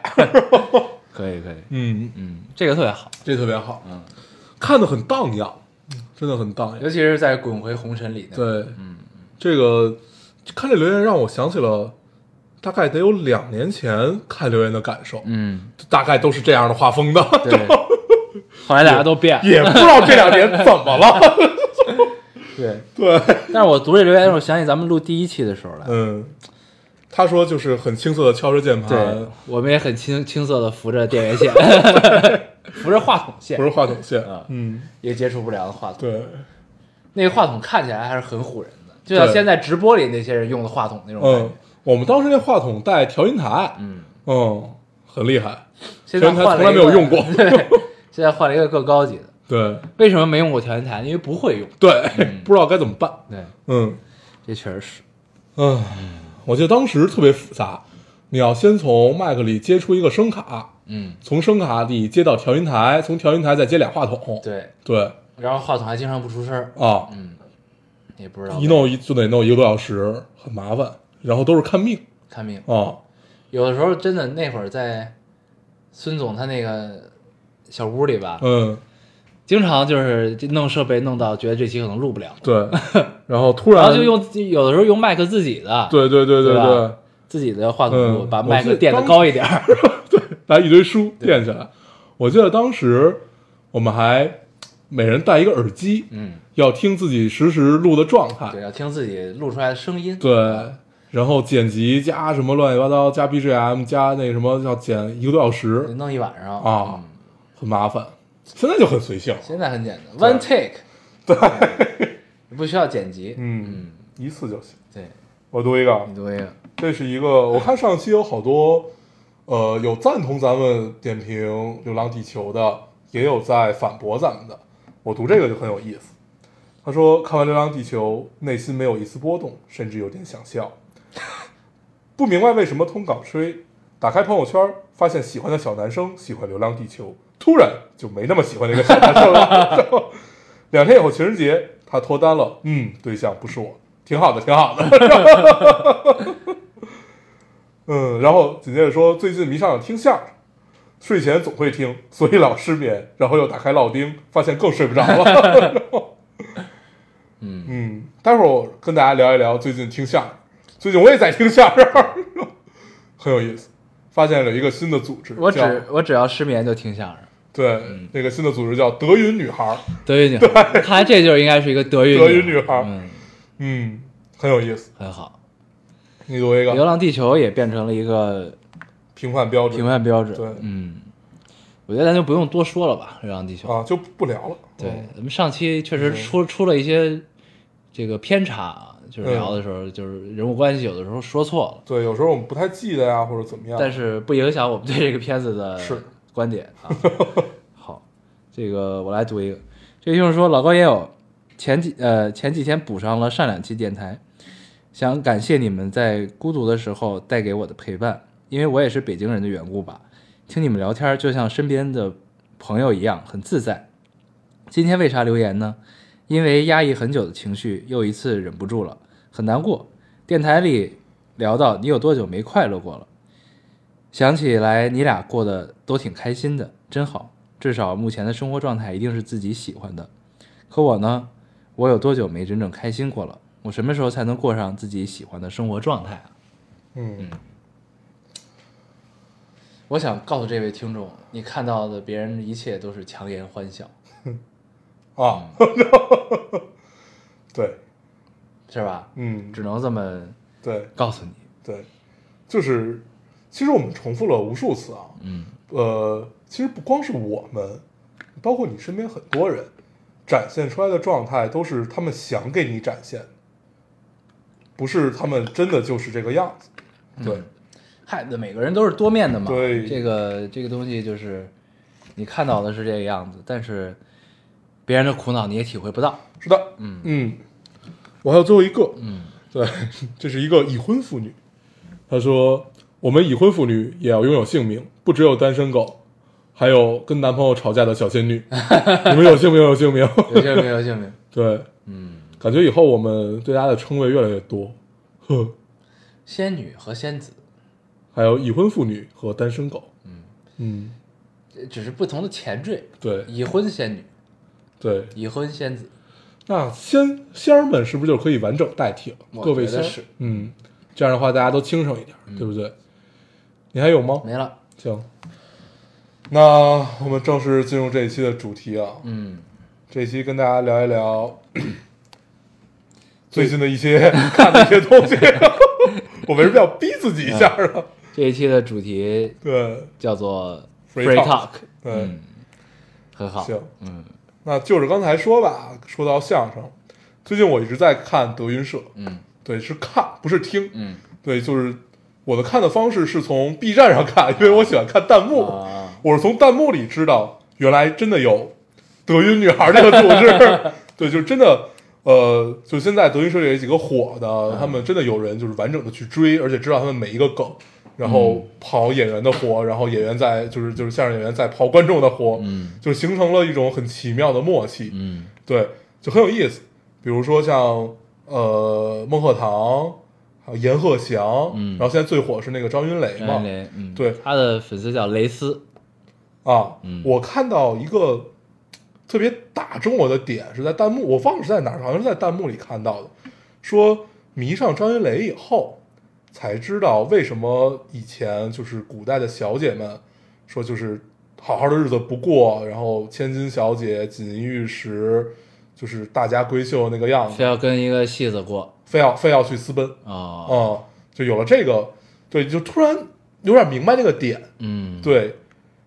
Speaker 1: 可以，可以。
Speaker 2: 嗯，
Speaker 1: 嗯，这个特别好，
Speaker 2: 这特别好，嗯，看的很荡漾，真的很荡漾。
Speaker 1: 尤其是在滚回红尘里那个。
Speaker 2: 对，嗯，这个看这留言让我想起了，大概得有两年前看留言的感受，
Speaker 1: 嗯，
Speaker 2: 大概都是这样的画风的，
Speaker 1: 对。 哦后来大家都变了。
Speaker 2: 也不知道这两年怎么了。
Speaker 1: 对。
Speaker 2: 对，
Speaker 1: 但是我读这留言的时候，想起咱们录第一期的时候来。
Speaker 2: 嗯，他说就是很青涩的敲着键
Speaker 1: 对
Speaker 2: 盘，，
Speaker 1: 我们也很青青涩的扶着电源线， 扶着话筒线
Speaker 2: 不，是话筒线
Speaker 1: 啊，
Speaker 2: 嗯，
Speaker 1: 一个接触不良的话筒。
Speaker 2: 对，
Speaker 1: 那个话筒看起来还是很唬人的，就像
Speaker 2: 对
Speaker 1: 现在直播里那些人用的话筒那种感觉
Speaker 2: 嗯。，我们当时那话筒带调音台，
Speaker 1: 嗯，
Speaker 2: 嗯，很厉害，
Speaker 1: 现在
Speaker 2: 调音台
Speaker 1: 换了
Speaker 2: 从来没有用过
Speaker 1: 一个 对，现在换了一个更高级的。
Speaker 2: 对。
Speaker 1: 为什么没用过调音台？因为不会用。
Speaker 2: 对，
Speaker 1: 嗯
Speaker 2: 不知道该怎么办。
Speaker 1: 对，
Speaker 2: 嗯，
Speaker 1: 这确实是。
Speaker 2: 唉，我记得当时特别复杂，你要先从麦克里接出一个声卡，
Speaker 1: 嗯，
Speaker 2: 从声卡里接到调音台，从调音台再接俩话筒。
Speaker 1: 对。
Speaker 2: 对
Speaker 1: 然后话筒还经常不出声儿，
Speaker 2: 啊，
Speaker 1: 嗯，也不知道
Speaker 2: 一弄一就得弄一个多小时，很麻烦。然后都是看命
Speaker 1: 看命。
Speaker 2: 啊，
Speaker 1: 有的时候真的那会儿在孙总他那个小屋里吧，
Speaker 2: 嗯，
Speaker 1: 经常就是这弄设备弄到觉得这期可能录不了，
Speaker 2: 对，然后突
Speaker 1: 然
Speaker 2: 然
Speaker 1: 后就用有的时候用麦克自己的，
Speaker 2: 对对对
Speaker 1: 对吧
Speaker 2: 对，
Speaker 1: 自己的话筒录，
Speaker 2: 嗯
Speaker 1: 把
Speaker 2: 我
Speaker 1: 麦
Speaker 2: 记
Speaker 1: 克
Speaker 2: 得
Speaker 1: 垫的
Speaker 2: 当
Speaker 1: 高一点 儿。
Speaker 2: 把一堆书垫起来。我记得当时我们还每人带一个耳机，
Speaker 1: 嗯，
Speaker 2: 要听自己实时录的状态
Speaker 1: 对，，要听自己录出来的声音。
Speaker 2: 对，然后剪辑加什么乱七八糟，加 BGM 加那什么，要剪一个多小
Speaker 1: 得
Speaker 2: 时，
Speaker 1: 弄一晚上
Speaker 2: 啊
Speaker 1: 嗯
Speaker 2: 很麻烦。现在就很随性，
Speaker 1: 现在很简单，one take，对， 不需要剪辑。
Speaker 2: 嗯，一次就行。
Speaker 1: 对，
Speaker 2: 我读一个啊，
Speaker 1: 你读一个，
Speaker 2: 这是一个，我看上期有好多，呃，有赞同咱们点评《流浪地球》的，也有在反驳咱们的。我读这个就很有意思。他说看完《流浪地球》，内心没有一丝波动，甚至有点想笑。不明白为什么通稿吹，打开朋友圈发现喜欢的小男生喜欢《流浪地球》，突然就没那么喜欢那个小男生了。然后两天以后情人节，他脱单了，嗯，对象不是我，挺好的，挺好的。 嗯，然后紧接着说最近迷上了听相声，睡前总会听，所以老失眠。然后又打开老丁，发现更睡不着了。 然后
Speaker 1: 嗯
Speaker 2: 嗯，待会儿我跟大家聊一聊最近听相声，最近我也在听相声， 很有意思。发现了一个新的组织，
Speaker 1: 我嗯
Speaker 2: 叫
Speaker 1: 只我只要失眠就听相声。
Speaker 2: 对、那个新的组织叫德云女孩儿，
Speaker 1: 德云女孩，看来这就是应该是一个德云
Speaker 2: 德云女孩
Speaker 1: 嗯，
Speaker 2: 嗯，很有意思。
Speaker 1: 很好。
Speaker 2: 你作为一
Speaker 1: 《流
Speaker 2: 个
Speaker 1: 浪地球》也变成了一个
Speaker 2: 评判标准
Speaker 1: 评判标准。
Speaker 2: 对
Speaker 1: 嗯，我觉得咱就不用多说了吧，《流浪地球》
Speaker 2: 啊，就不聊了。
Speaker 1: 对
Speaker 2: 嗯，
Speaker 1: 咱们上期确实出出了一些这个偏差啊，就是
Speaker 2: 嗯
Speaker 1: 聊的时候，就是人物关系有的时候说错了，
Speaker 2: 对，有时候我们不太记得呀，或者怎么样。
Speaker 1: 但是不影响我们对这个片子的
Speaker 2: 是
Speaker 1: 观点啊。 好，这个我来读一个，这个听众说老高也有前几呃前几天补上了上两期电台，想感谢你们在孤独的时候带给我的陪伴，因为我也是北京人的缘故吧，听你们聊天就像身边的朋友一样，很自在。今天为啥留言呢？因为压抑很久的情绪又一次忍不住了，很难过。电台里聊到你有多久没快乐过了，想起来你俩过得都挺开心的，真好。至少目前的生活状态一定是自己喜欢的。可我呢，我有多久没真正开心过了？我什么时候才能过上自己喜欢的生活状态啊？
Speaker 2: 嗯，
Speaker 1: 我想告诉这位听众，你看到的别人一切都是强颜欢笑，嗯
Speaker 2: 啊，对，
Speaker 1: 是吧？
Speaker 2: 嗯，
Speaker 1: 只能这么
Speaker 2: 对
Speaker 1: 告诉你。
Speaker 2: 对，就是，其实我们重复了无数次啊，
Speaker 1: 嗯
Speaker 2: 呃，其实不光是我们，包括你身边很多人，展现出来的状态都是他们想给你展现的，不是他们真的就是这个样子。
Speaker 1: 嗯
Speaker 2: 对，
Speaker 1: 嗨，那每个人都是多面的嘛。
Speaker 2: 对
Speaker 1: 这个这个东西就是你看到的是这个样子，但是别人的苦恼你也体会不到。
Speaker 2: 是的，
Speaker 1: 嗯
Speaker 2: 嗯，我还有最后一个，
Speaker 1: 嗯
Speaker 2: 对， 这是一个已婚妇女，她说：“我们已婚妇女也要拥有姓名，不只有单身狗，还有跟男朋友吵架的小仙女。 你们有姓名，有姓名。
Speaker 1: 有姓名，有姓名。
Speaker 2: 对，
Speaker 1: 嗯，
Speaker 2: 感觉以后我们对大家的称谓越来越多， 呵，
Speaker 1: 仙女和仙子
Speaker 2: 还有已婚妇女和单身狗。嗯
Speaker 1: 呃只是不同的前缀，
Speaker 2: 对
Speaker 1: 已婚仙女、
Speaker 2: 对，
Speaker 1: 已婚仙子，
Speaker 2: 那仙仙儿们是不是就可以完整代替了？
Speaker 1: 我
Speaker 2: 各位
Speaker 1: 觉得
Speaker 2: 仙儿
Speaker 1: 是，嗯
Speaker 2: 嗯，这样的话大家都轻省一点，对不对？你还有吗？
Speaker 1: 没了。
Speaker 2: 行，那我们正式进入这一期的主题啊。
Speaker 1: 嗯，
Speaker 2: 这一期跟大家聊 一聊最近的一些 看的一些 东西。我为什么要逼自己一下
Speaker 1: 嗯
Speaker 2: 呢？
Speaker 1: 这一期的主题
Speaker 2: 对，
Speaker 1: 叫做
Speaker 2: Free
Speaker 1: Free
Speaker 2: Talk
Speaker 1: Talk，
Speaker 2: 嗯，
Speaker 1: 很好。
Speaker 2: 行，
Speaker 1: 嗯
Speaker 2: 那就是刚才说吧，说到相声，最近我一直在看德云社，
Speaker 1: 嗯
Speaker 2: 对，是看不是听，
Speaker 1: 嗯
Speaker 2: 对，就是我的看的方式是从 B 站上看，因为我喜欢看弹幕，
Speaker 1: 啊，
Speaker 2: 我是从弹幕里知道，原来真的有德云女孩这个组 织，对，就是真的，呃，就现在德云社里有几个火
Speaker 1: 嗯
Speaker 2: 的，他们真的有人就是完整的去追，而且知道他们每一个梗，然后跑演员的活，然后演员在就是就是相声演员在跑观众的活，
Speaker 1: 嗯
Speaker 2: 就是形成了一种很奇妙的默契，
Speaker 1: 嗯
Speaker 2: 对，就很有意思。比如说像呃孟鹤堂，还有阎鹤翔，
Speaker 1: 嗯
Speaker 2: 然后现在最火是那个张云雷嘛，
Speaker 1: 张云雷，嗯，
Speaker 2: 对
Speaker 1: 他的粉丝叫蕾丝，
Speaker 2: 啊，
Speaker 1: 嗯
Speaker 2: 我看到一个特别打中我的点是在弹幕，我忘了是在哪儿，好像是在弹幕里看到的，说迷上张云雷以后，才知道为什么以前就是古代的小姐们说就是好好的日子不过，然后千金小姐锦衣玉食，就是大家闺秀那个样
Speaker 1: 非
Speaker 2: 子，
Speaker 1: 要跟一个戏子过
Speaker 2: 非要非要去私奔，
Speaker 1: 哦，
Speaker 2: 嗯，就有了这个，对，就突然有点明白那个点，
Speaker 1: 嗯，，
Speaker 2: 对，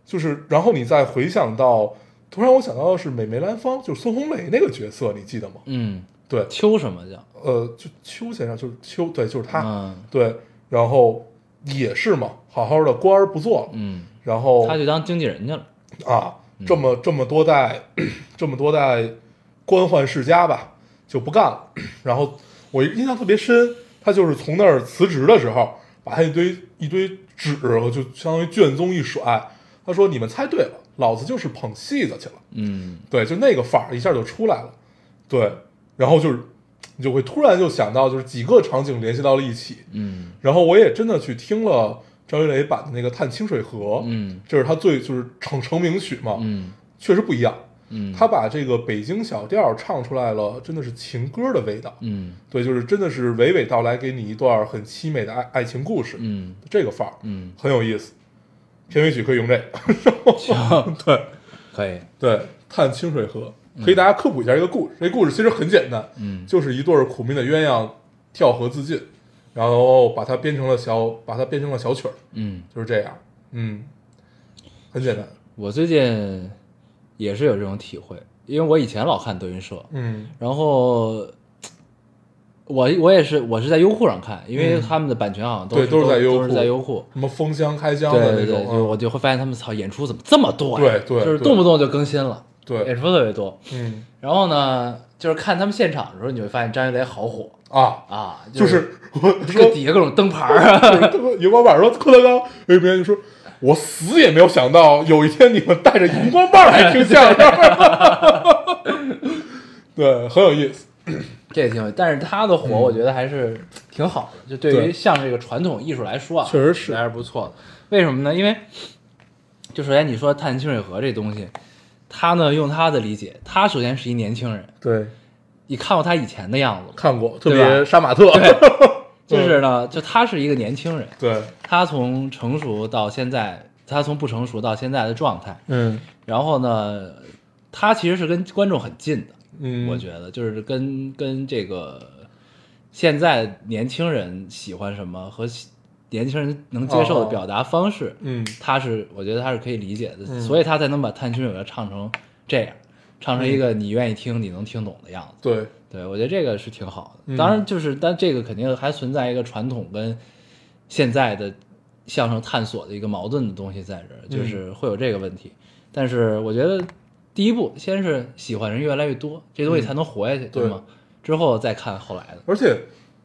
Speaker 2: 就是然后你再回想到，突然我想到的是美梅兰芳，就是孙红雷那个角色，你记得吗？
Speaker 1: 嗯，
Speaker 2: 对，
Speaker 1: 秋什么叫？
Speaker 2: 呃，就邱先生，就是邱，对，就是他，
Speaker 1: 嗯
Speaker 2: 对，然后也是嘛，好好的官儿不做了，
Speaker 1: 嗯，
Speaker 2: 然后
Speaker 1: 他去当经纪人去了，
Speaker 2: 啊，这么这么多代， 这么多代官宦世家吧，就不干了。然后我印象特别深，他就是从那儿辞职的时候，把他一堆一堆纸，就相当于卷宗一甩，他说：“你们猜对了，老子就是捧戏子去了。”
Speaker 1: 嗯
Speaker 2: 对，就那个范儿一下就出来了，对，然后就是你就会突然就想到，就是几个场景联系到了一起。
Speaker 1: 嗯
Speaker 2: 然后我也真的去听了张云雷版的那个《探清水河》，
Speaker 1: 嗯
Speaker 2: 这是他最就是成成名曲嘛，
Speaker 1: 嗯
Speaker 2: 确实不一样。
Speaker 1: 嗯，
Speaker 2: 他把这个北京小调唱出来了，真的是情歌的味道。
Speaker 1: 嗯
Speaker 2: 对，就是真的是娓娓道来，给你一段很凄美的爱爱情故事，
Speaker 1: 嗯
Speaker 2: 这个范儿
Speaker 1: 嗯，
Speaker 2: 很有意思。片尾曲可以用这个， 对
Speaker 1: 可以，
Speaker 2: 对，探清水河，可以大家科普一下这个故事。这故事其实很简单，
Speaker 1: 嗯
Speaker 2: 就是一对儿苦命的鸳鸯跳河自尽，然后把它编成了小，把它编成了小曲儿，
Speaker 1: 嗯，
Speaker 2: 就是这样。嗯，很简单。
Speaker 1: 我最近也是有这种体会，因为我以前老看德云社，
Speaker 2: 嗯
Speaker 1: 然后我我也是我是在优酷上看，因为
Speaker 2: 嗯
Speaker 1: 他们的版权好像都
Speaker 2: 对
Speaker 1: 都
Speaker 2: 都是在优酷
Speaker 1: 都是在优酷。
Speaker 2: 什么封箱开箱
Speaker 1: 对
Speaker 2: 的
Speaker 1: 对
Speaker 2: 那
Speaker 1: 对，
Speaker 2: 种，啊
Speaker 1: 就我就会发现他们操演出怎么这么多呀？
Speaker 2: 对对
Speaker 1: 就是
Speaker 2: 对
Speaker 1: 动不动就更新了，
Speaker 2: 对
Speaker 1: 演出特别多。
Speaker 2: 嗯
Speaker 1: 然后呢，就是看他们现场的时候，你会发现张云雷好火
Speaker 2: 啊，
Speaker 1: 啊，
Speaker 2: 就是我
Speaker 1: 这
Speaker 2: 说
Speaker 1: 底下各种灯牌儿啊，
Speaker 2: 荧光棒说郭德纲，有一边就说，我死也没有想到有一天你们带着荧光棒来听相声， 对，很有意思，
Speaker 1: 这也挺有。但是他的火，我觉得还是挺好的，就对于
Speaker 2: 嗯对
Speaker 1: 像这个传统艺术来说啊，
Speaker 2: 确实是
Speaker 1: 还是不错的。为什么呢？因为就首先你说探清水河这东西，他呢用他的理解，他首先是一年轻人，
Speaker 2: 对，
Speaker 1: 你看过他以前的样子吗？
Speaker 2: 看过，特
Speaker 1: 对吧
Speaker 2: 别杀马特，
Speaker 1: 就是呢，就他是一个年轻人，
Speaker 2: 对，
Speaker 1: 他从成熟到现在，他从不成熟到现在的状态，
Speaker 2: 嗯
Speaker 1: 然后呢，他其实是跟观众很近的，
Speaker 2: 嗯，
Speaker 1: 我觉得就是跟跟这个现在年轻人喜欢什么和喜年轻人能接受的
Speaker 2: 哦
Speaker 1: 表达方式，
Speaker 2: 嗯
Speaker 1: 他是我觉得他是可以理解的，
Speaker 2: 嗯
Speaker 1: 所以他才能把《探亲友》唱成这样，唱成一
Speaker 2: 嗯
Speaker 1: 个你愿意听、你能听懂的样子。
Speaker 2: 对，
Speaker 1: 对，我觉得这个是挺好的。
Speaker 2: 嗯
Speaker 1: 当然，就是但这个肯定还存在一个传统跟现在的相声探索的一个矛盾的东西在这儿，
Speaker 2: 嗯
Speaker 1: 就是会有这个问题。但是我觉得第一步先是喜欢人越来越多，这东西才能活下去，
Speaker 2: 嗯对
Speaker 1: 吗？之后再看后来的。
Speaker 2: 而且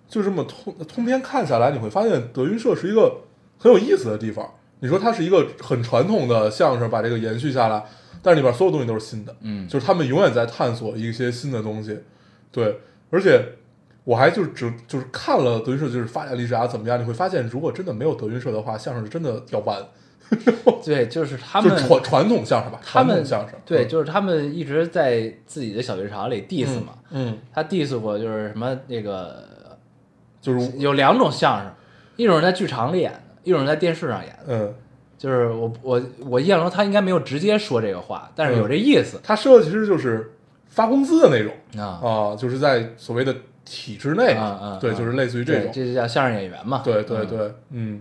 Speaker 2: 就这么通通篇看下来，你会发现德云社是一个很有意思的地方。你说它是一个很传统的相声，把这个延续下来，但是里边所有东西都是新的，
Speaker 1: 嗯
Speaker 2: 就是他们永远在探索一些新的东西，对。而且我还就是只就是看了德云社就是发展历史啊怎么样，你会发现，如果真的没有德云社的话，相声是真的要完，
Speaker 1: 对，就是他
Speaker 2: 就
Speaker 1: 们
Speaker 2: 是传传统相声吧，
Speaker 1: 他
Speaker 2: 传统
Speaker 1: 们
Speaker 2: 相声，嗯
Speaker 1: 对，就是他们一直在自己的小剧场里 diss 嘛。
Speaker 2: 嗯，
Speaker 1: 他 diss 过就是什么那个
Speaker 2: 就是
Speaker 1: 有两种相声，一种是在剧场里演的，一种是在电视上演的。
Speaker 2: 嗯，
Speaker 1: 就是我我我印象中他应该没有直接说这个话，但是有这意思、
Speaker 2: 他说的其实就是发工资的那种，
Speaker 1: 啊，
Speaker 2: 啊，就是在所谓的体制内，
Speaker 1: 啊啊
Speaker 2: 对，
Speaker 1: 啊
Speaker 2: 就是类似于
Speaker 1: 对
Speaker 2: 种，
Speaker 1: 这就叫相声演员嘛，
Speaker 2: 对对
Speaker 1: 嗯
Speaker 2: 对，嗯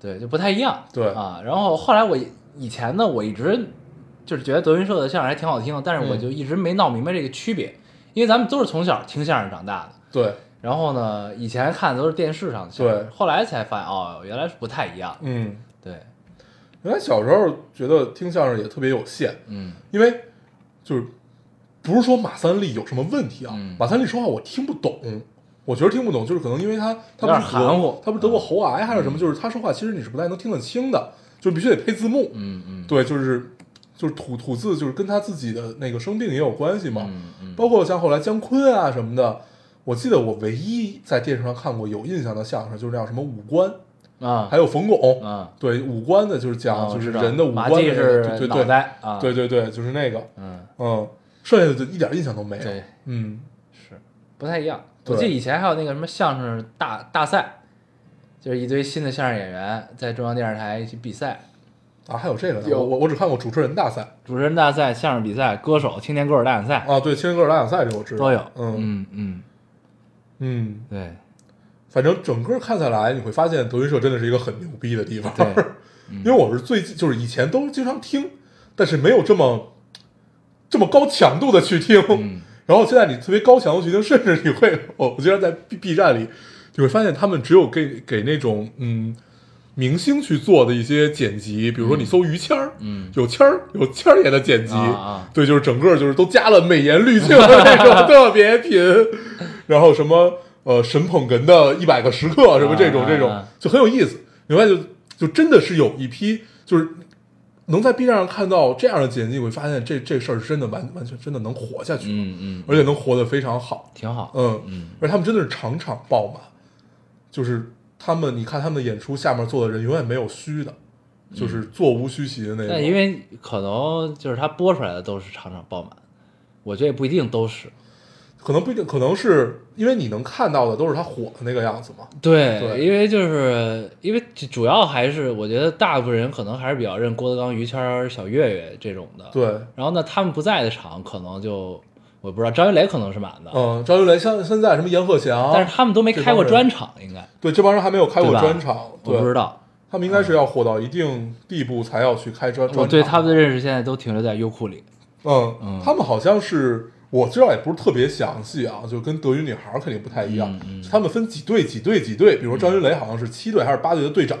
Speaker 1: 对，就不太一样，
Speaker 2: 对
Speaker 1: 啊。然后后来我以前呢，我一直就是觉得德云社的相声还挺好听的，但是我
Speaker 2: 嗯
Speaker 1: 就一直没闹明白这个区别，因为咱们都是从小听相声长大的。
Speaker 2: 对，
Speaker 1: 然后呢，以前看的都是电视上的相声，
Speaker 2: 对
Speaker 1: 后来才发现哦，原来是不太一样。
Speaker 2: 嗯，
Speaker 1: 对，
Speaker 2: 原来小时候觉得听相声也特别有限，
Speaker 1: 嗯
Speaker 2: 因为就是不是说马三立有什么问题啊，
Speaker 1: 嗯
Speaker 2: 马三立说话我听不懂。我觉得听不懂，就是可能因为他
Speaker 1: 有
Speaker 2: 他不
Speaker 1: 点
Speaker 2: 是
Speaker 1: 含
Speaker 2: 得
Speaker 1: 糊嗯
Speaker 2: 他不是得过喉癌还是什么，就是他说话其实你是不太能听得清的，就必须得配字幕。
Speaker 1: 嗯嗯，
Speaker 2: 对，就是就是吐吐字，就是跟他自己的那个生病也有关系嘛。
Speaker 1: 嗯嗯
Speaker 2: 包括像后来姜昆啊什么的，我记得我唯一在电视上看过有印象的相声，就是那叫什么五官，
Speaker 1: 啊，
Speaker 2: 还有冯巩，
Speaker 1: 啊，
Speaker 2: 对五官的，就是
Speaker 1: 啊
Speaker 2: 讲
Speaker 1: 我
Speaker 2: 就
Speaker 1: 知
Speaker 2: 是
Speaker 1: 道
Speaker 2: 人的五
Speaker 1: 麻
Speaker 2: 官的
Speaker 1: 季
Speaker 2: 那个，
Speaker 1: 是
Speaker 2: 对对
Speaker 1: 脑
Speaker 2: 对，
Speaker 1: 袋啊，
Speaker 2: 对，对对，就是那个，
Speaker 1: 嗯，
Speaker 2: 嗯，剩下的就一点印象都没有。
Speaker 1: 对，
Speaker 2: 嗯，
Speaker 1: 是不太一样。我
Speaker 2: 对
Speaker 1: 记得以前还有那个什么相声大大赛，就是一堆新的相声演员在中央电视台一起比赛，
Speaker 2: 啊，还有这个呢，
Speaker 1: 有
Speaker 2: 我我我只看过主持人大赛
Speaker 1: 主持人大赛、相声比赛、歌手、青年歌手大奖赛
Speaker 2: 啊，对，青年歌手大奖赛这个我知道，
Speaker 1: 都有。
Speaker 2: 嗯
Speaker 1: 嗯嗯，
Speaker 2: 嗯，
Speaker 1: 对
Speaker 2: 反正整个看下来，你会发现德云社真的是一个很牛逼的地方，
Speaker 1: 对嗯
Speaker 2: 因为我是最近就是以前都经常听，但是没有这么这么高强度的去听，
Speaker 1: 嗯
Speaker 2: 然后现在你特别高强度去听，甚至你会，我我经常在 B B 站里，你会发现他们只有给给那种嗯明星去做的一些剪辑，比如说你搜于谦儿，
Speaker 1: 嗯
Speaker 2: 有谦儿有谦儿爷的剪辑，
Speaker 1: 啊啊
Speaker 2: 对，就是整个就是都加了美颜滤镜的那 种特别品，然后什么呃沈捧哏的一百个时刻什么这种、
Speaker 1: 啊啊啊
Speaker 2: 这种就很有意思。另外就就真的是有一批就是能在 B 站上看到这样的剪辑，你会发现这这事儿是真的完完全真的能活下去，
Speaker 1: 嗯嗯，
Speaker 2: 而且能活得非常好。
Speaker 1: 挺好。
Speaker 2: 嗯，
Speaker 1: 嗯
Speaker 2: 而他们真的是场场爆满，就是他们你看他们的演出下面坐的人永远没有虚的，就是座无虚席的那种。
Speaker 1: 嗯哎但因为可能就是他播出来的都是场场爆满，我觉得也不一定都是。
Speaker 2: 可能不一定，可能是因为你能看到的都是他火的那个样子嘛。
Speaker 1: 对，
Speaker 2: 对
Speaker 1: 因为就是因为主要还是我觉得大部分人可能还是比较认郭德纲、于谦儿、小岳岳这种的。，
Speaker 2: 对，
Speaker 1: 然后呢，他们不在的场可能就我不知道，张云雷可能是满的，
Speaker 2: 嗯，张云雷像现在什么阎鹤祥，
Speaker 1: 但是他们都没开过专场，应该
Speaker 2: 对这帮人还没有开过
Speaker 1: 对吧
Speaker 2: 专场，
Speaker 1: 我不知
Speaker 2: 对，
Speaker 1: 道。
Speaker 2: 他们应该是要火到一定地步才要去开专专场。
Speaker 1: 我对他们的认识现在都停留在优酷里。
Speaker 2: 嗯
Speaker 1: 嗯，
Speaker 2: 他们好像是我知道也不是特别详细啊，就跟德云女孩儿肯定不太一样。
Speaker 1: 嗯嗯
Speaker 2: 他们分几队几队几队，比如说张云雷好像是七队还是八队的队长，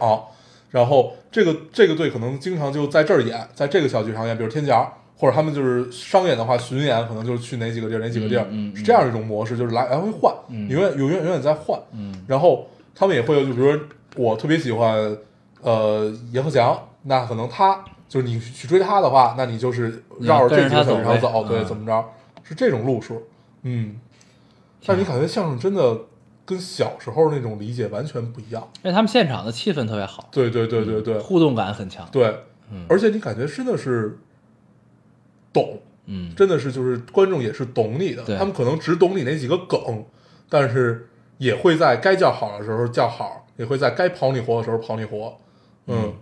Speaker 2: 然后这个这个队可能经常就在这儿演，在这个小剧场演，比如天桥儿。或者他们就是商演的话，巡演可能就是去哪几个地儿，哪几个地儿，
Speaker 1: 嗯嗯嗯
Speaker 2: 是这样一种模式，就是来来回换，
Speaker 1: 嗯
Speaker 2: 永远永远永远在换。
Speaker 1: 嗯
Speaker 2: 然后他们也会有，就比如说我特别喜欢呃阎鹤祥，那可能他就是你去追他的话，那你就是绕这几个小剧场
Speaker 1: 嗯你要跟着他走呗
Speaker 2: 对，
Speaker 1: 嗯
Speaker 2: 怎么着是这种路数，嗯。但是你感觉相声真的跟小时候那种理解完全不一样，嗯
Speaker 1: 因为他们现场的气氛特别好，
Speaker 2: 对对对对对
Speaker 1: 互动感很强。
Speaker 2: 对
Speaker 1: 嗯，
Speaker 2: 而且你感觉真的是懂，
Speaker 1: 嗯，
Speaker 2: 真的是就是观众也是懂你的，
Speaker 1: 对
Speaker 2: 他们可能只懂你那几个梗，但是也会在该叫好的时候叫好，也会在该跑你活的时候跑你活，嗯，
Speaker 1: 嗯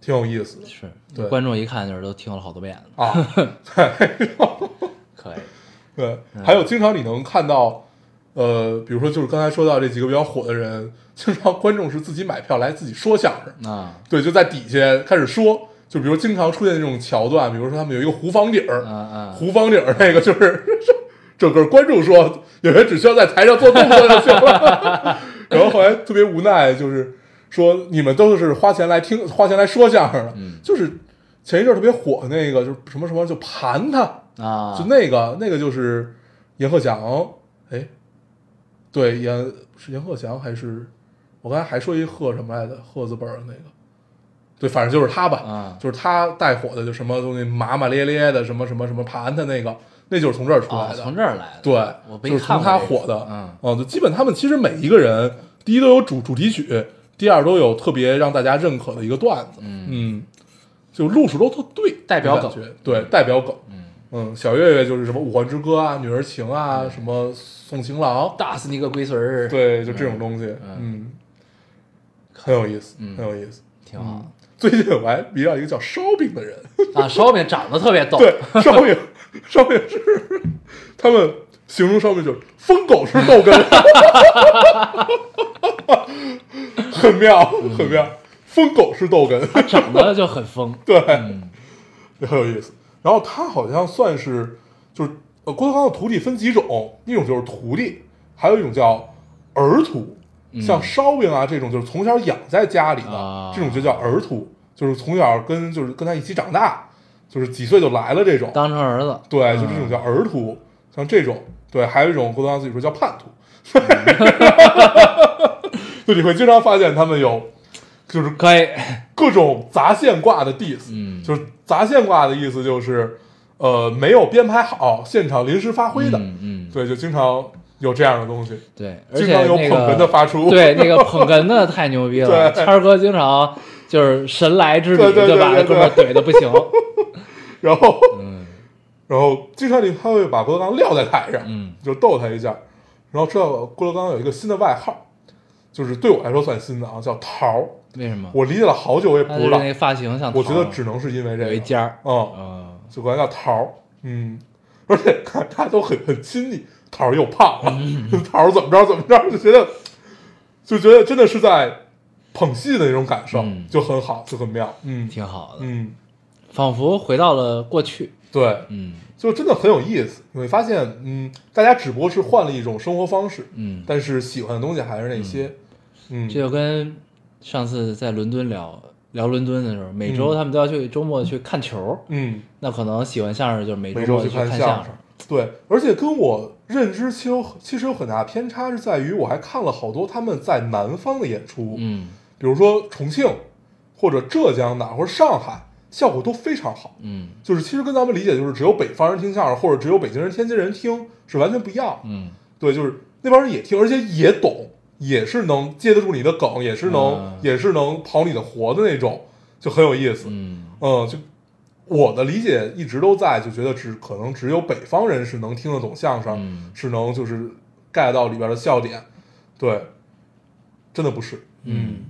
Speaker 2: 挺有意思的
Speaker 1: 是
Speaker 2: 对
Speaker 1: 观众一看就是都听了好多遍了。
Speaker 2: 啊。
Speaker 1: 可以，
Speaker 2: 对，
Speaker 1: 嗯
Speaker 2: 还有经常你能看到，呃，比如说就是刚才说到这几个比较火的人，经常观众是自己买票来自己说相声，
Speaker 1: 啊
Speaker 2: 对，就在底下开始说，就比如经常出现这种桥段，比如说他们有一个胡方顶儿，
Speaker 1: 啊啊！
Speaker 2: 胡方顶儿那个就是 整个观众说，演员只需要在台上做动作就行了。然后后来特别无奈，就是说你们都是花钱来听、花钱来说相声的，就是前一阵儿特别火的那个，就是什么什么就盘他，
Speaker 1: 啊，
Speaker 2: 就那个那个就是阎鹤祥，哎，对，阎是阎鹤祥还是我刚才还说一鹤什么来着？鹤字辈儿的那个，对，反正就是他吧，
Speaker 1: 啊
Speaker 2: 就是他带火的，就什么东西麻麻咧咧的，什么什么什么盘的那个，那就是从这儿出来
Speaker 1: 啊，
Speaker 2: 的，
Speaker 1: 从这儿来的。我
Speaker 2: 对，
Speaker 1: 没
Speaker 2: 就是
Speaker 1: 看
Speaker 2: 从
Speaker 1: 过
Speaker 2: 他
Speaker 1: 这个
Speaker 2: 火的，
Speaker 1: 嗯
Speaker 2: 就基本他们其实每一个人，第一都有主主题曲，第二都有特别让大家认可的一个段子，嗯就路数都特对，
Speaker 1: 代表梗
Speaker 2: 感觉，对，代表梗，嗯小岳岳就是什么《五环之歌》啊，《女儿情》啊，
Speaker 1: 嗯
Speaker 2: 什么《送情郎》，
Speaker 1: 打死你个龟孙儿，，
Speaker 2: 对，就这种东西，嗯，很有意思，
Speaker 1: 嗯
Speaker 2: 很有意思。
Speaker 1: 挺好
Speaker 2: 最近我还迷上一个叫烧饼的人，
Speaker 1: 啊。烧饼长得特别逗，
Speaker 2: 对，烧饼，烧饼是他们形容烧饼就是疯狗吃豆根儿， 很妙，很妙，疯狗吃豆根，
Speaker 1: 长得就很 疯。
Speaker 2: 对，很有意思。然后他好像算是就是呃郭德纲的徒弟分几种，一种就是徒弟，还有一种叫儿徒，像烧饼啊这种就是从小养在家里的、
Speaker 1: 啊
Speaker 2: 这种就叫儿徒，就是从小跟就是跟他一起长大，就是几岁就来了这种。
Speaker 1: 当成儿子，
Speaker 2: 对，就这
Speaker 1: 嗯
Speaker 2: 种叫儿徒，像这种，对，还有一种郭德纲自己说叫叛徒， 就你会经常发现他们有，就是
Speaker 1: 可以，
Speaker 2: 各种杂线挂的 diss，
Speaker 1: 嗯
Speaker 2: 就是杂线挂的意思就是，呃，没有编排好，现场临时发挥的，
Speaker 1: 嗯嗯，
Speaker 2: 对，就经常有这样的东西，
Speaker 1: 对，而
Speaker 2: 经
Speaker 1: 且
Speaker 2: 常有
Speaker 1: 那
Speaker 2: 捧
Speaker 1: 个
Speaker 2: 哏的发 出，
Speaker 1: 对，那个捧哏的太牛逼了，
Speaker 2: 对
Speaker 1: 谦儿哥经常就是神来之笔，
Speaker 2: 对对对
Speaker 1: 吧？
Speaker 2: 对对
Speaker 1: 哥们儿怼的不行，
Speaker 2: 然后
Speaker 1: 嗯
Speaker 2: 然后经常你他会把郭德纲撂在台上，
Speaker 1: 嗯
Speaker 2: 就逗他一下。然后知道郭德纲有一个新的外号，就是对我来说算新的啊，叫桃儿。
Speaker 1: 为什么？
Speaker 2: 我理解了好久，我也不
Speaker 1: 他就
Speaker 2: 知
Speaker 1: 是
Speaker 2: 道，
Speaker 1: 那发型像桃儿，
Speaker 2: 我觉得只能是因为这
Speaker 1: 有一
Speaker 2: 个，
Speaker 1: 尖儿，
Speaker 2: 嗯，
Speaker 1: 嗯，
Speaker 2: 就管他叫桃儿，嗯，而且看他都很很亲昵，桃儿又胖了，
Speaker 1: 嗯
Speaker 2: 桃儿怎么着怎么着，就觉得就觉得真的是在捧戏的那种感受，
Speaker 1: 嗯
Speaker 2: 就很好，就很妙，嗯
Speaker 1: 挺好的，
Speaker 2: 嗯，
Speaker 1: 仿佛回到了过去，
Speaker 2: 对，
Speaker 1: 嗯
Speaker 2: 就真的很有意思。你会发现，嗯，大家只不过是换了一种生活方式，
Speaker 1: 嗯，
Speaker 2: 但是喜欢的东西还是那些，嗯，
Speaker 1: 这就跟上次在伦敦聊聊伦敦的时候，每周
Speaker 2: 嗯
Speaker 1: 他们都要去周末去看球，
Speaker 2: 嗯，
Speaker 1: 那可能喜欢相声就是每
Speaker 2: 每
Speaker 1: 周
Speaker 2: 周
Speaker 1: 末
Speaker 2: 去
Speaker 1: 去
Speaker 2: 看
Speaker 1: 相
Speaker 2: 声，对，而且跟我认知其实有其实有很大的偏差，是在于我还看了好多他们在南方的演出，
Speaker 1: 嗯
Speaker 2: 比如说重庆或者浙江哪或者上海，效果都非常好。
Speaker 1: 嗯
Speaker 2: 就是其实跟咱们理解就是只有北方人听相声，或者只有北京人、天津人听是完全不一样的。
Speaker 1: 嗯，
Speaker 2: 对，就是那帮人也听，而且也懂，也是能接得住你的梗，也是能、
Speaker 1: 啊
Speaker 2: 也是能跑你的活的那种，就很有意思。
Speaker 1: 嗯
Speaker 2: 嗯，就我的理解一直都在，就觉得只可能只有北方人是能听得懂相声，
Speaker 1: 嗯
Speaker 2: 是能就是 get 到里边的笑点。对，真的不是，
Speaker 1: 嗯，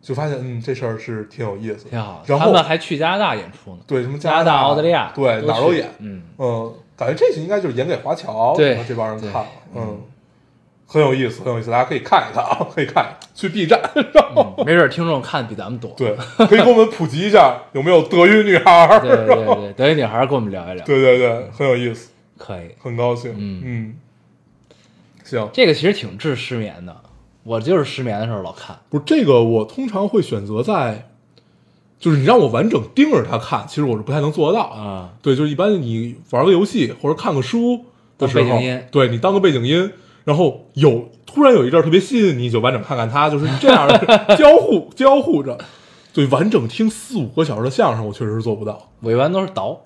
Speaker 2: 就发现嗯这事儿是挺有意思的。
Speaker 1: 挺好。
Speaker 2: 然
Speaker 1: 他
Speaker 2: 后
Speaker 1: 们还去加拿大演出呢，
Speaker 2: 对，什么
Speaker 1: 加
Speaker 2: 拿
Speaker 1: 拿
Speaker 2: 大、
Speaker 1: 大、澳大利亚，
Speaker 2: 对哪儿都
Speaker 1: 去
Speaker 2: 演。
Speaker 1: 嗯，
Speaker 2: 嗯，感觉这次应该就是演给华侨
Speaker 1: 对
Speaker 2: 这帮人
Speaker 1: 对
Speaker 2: 看了，嗯，很有意思，很有意思，大家可以看一看啊，可以看一看，去 B 站， 然后
Speaker 1: 嗯没准儿听众看的比咱们多。
Speaker 2: 对，可以给我们普及一下有没有德云女孩儿，
Speaker 1: 对对对对，德云女孩儿跟我们聊一聊，
Speaker 2: 对对对，很有意思，
Speaker 1: 可以。
Speaker 2: 很高兴，
Speaker 1: 嗯
Speaker 2: 嗯，行，
Speaker 1: 这个其实挺治失眠的，我就是失眠的时候老看。
Speaker 2: 不是这个，我通常会选择在，就是你让我完整盯着它看，其实我是不太能做得到啊
Speaker 1: 啊，
Speaker 2: 对，就是一般你玩个游戏或者看个书的
Speaker 1: 当
Speaker 2: 时候，
Speaker 1: 背景音
Speaker 2: 对你当个背景音，然后有突然有一阵儿特别吸引你，你就完整看看它，就是这 样的交互交互着。对，完整听四五个小时的相声，我确实是做不到。
Speaker 1: 我一般都是倒，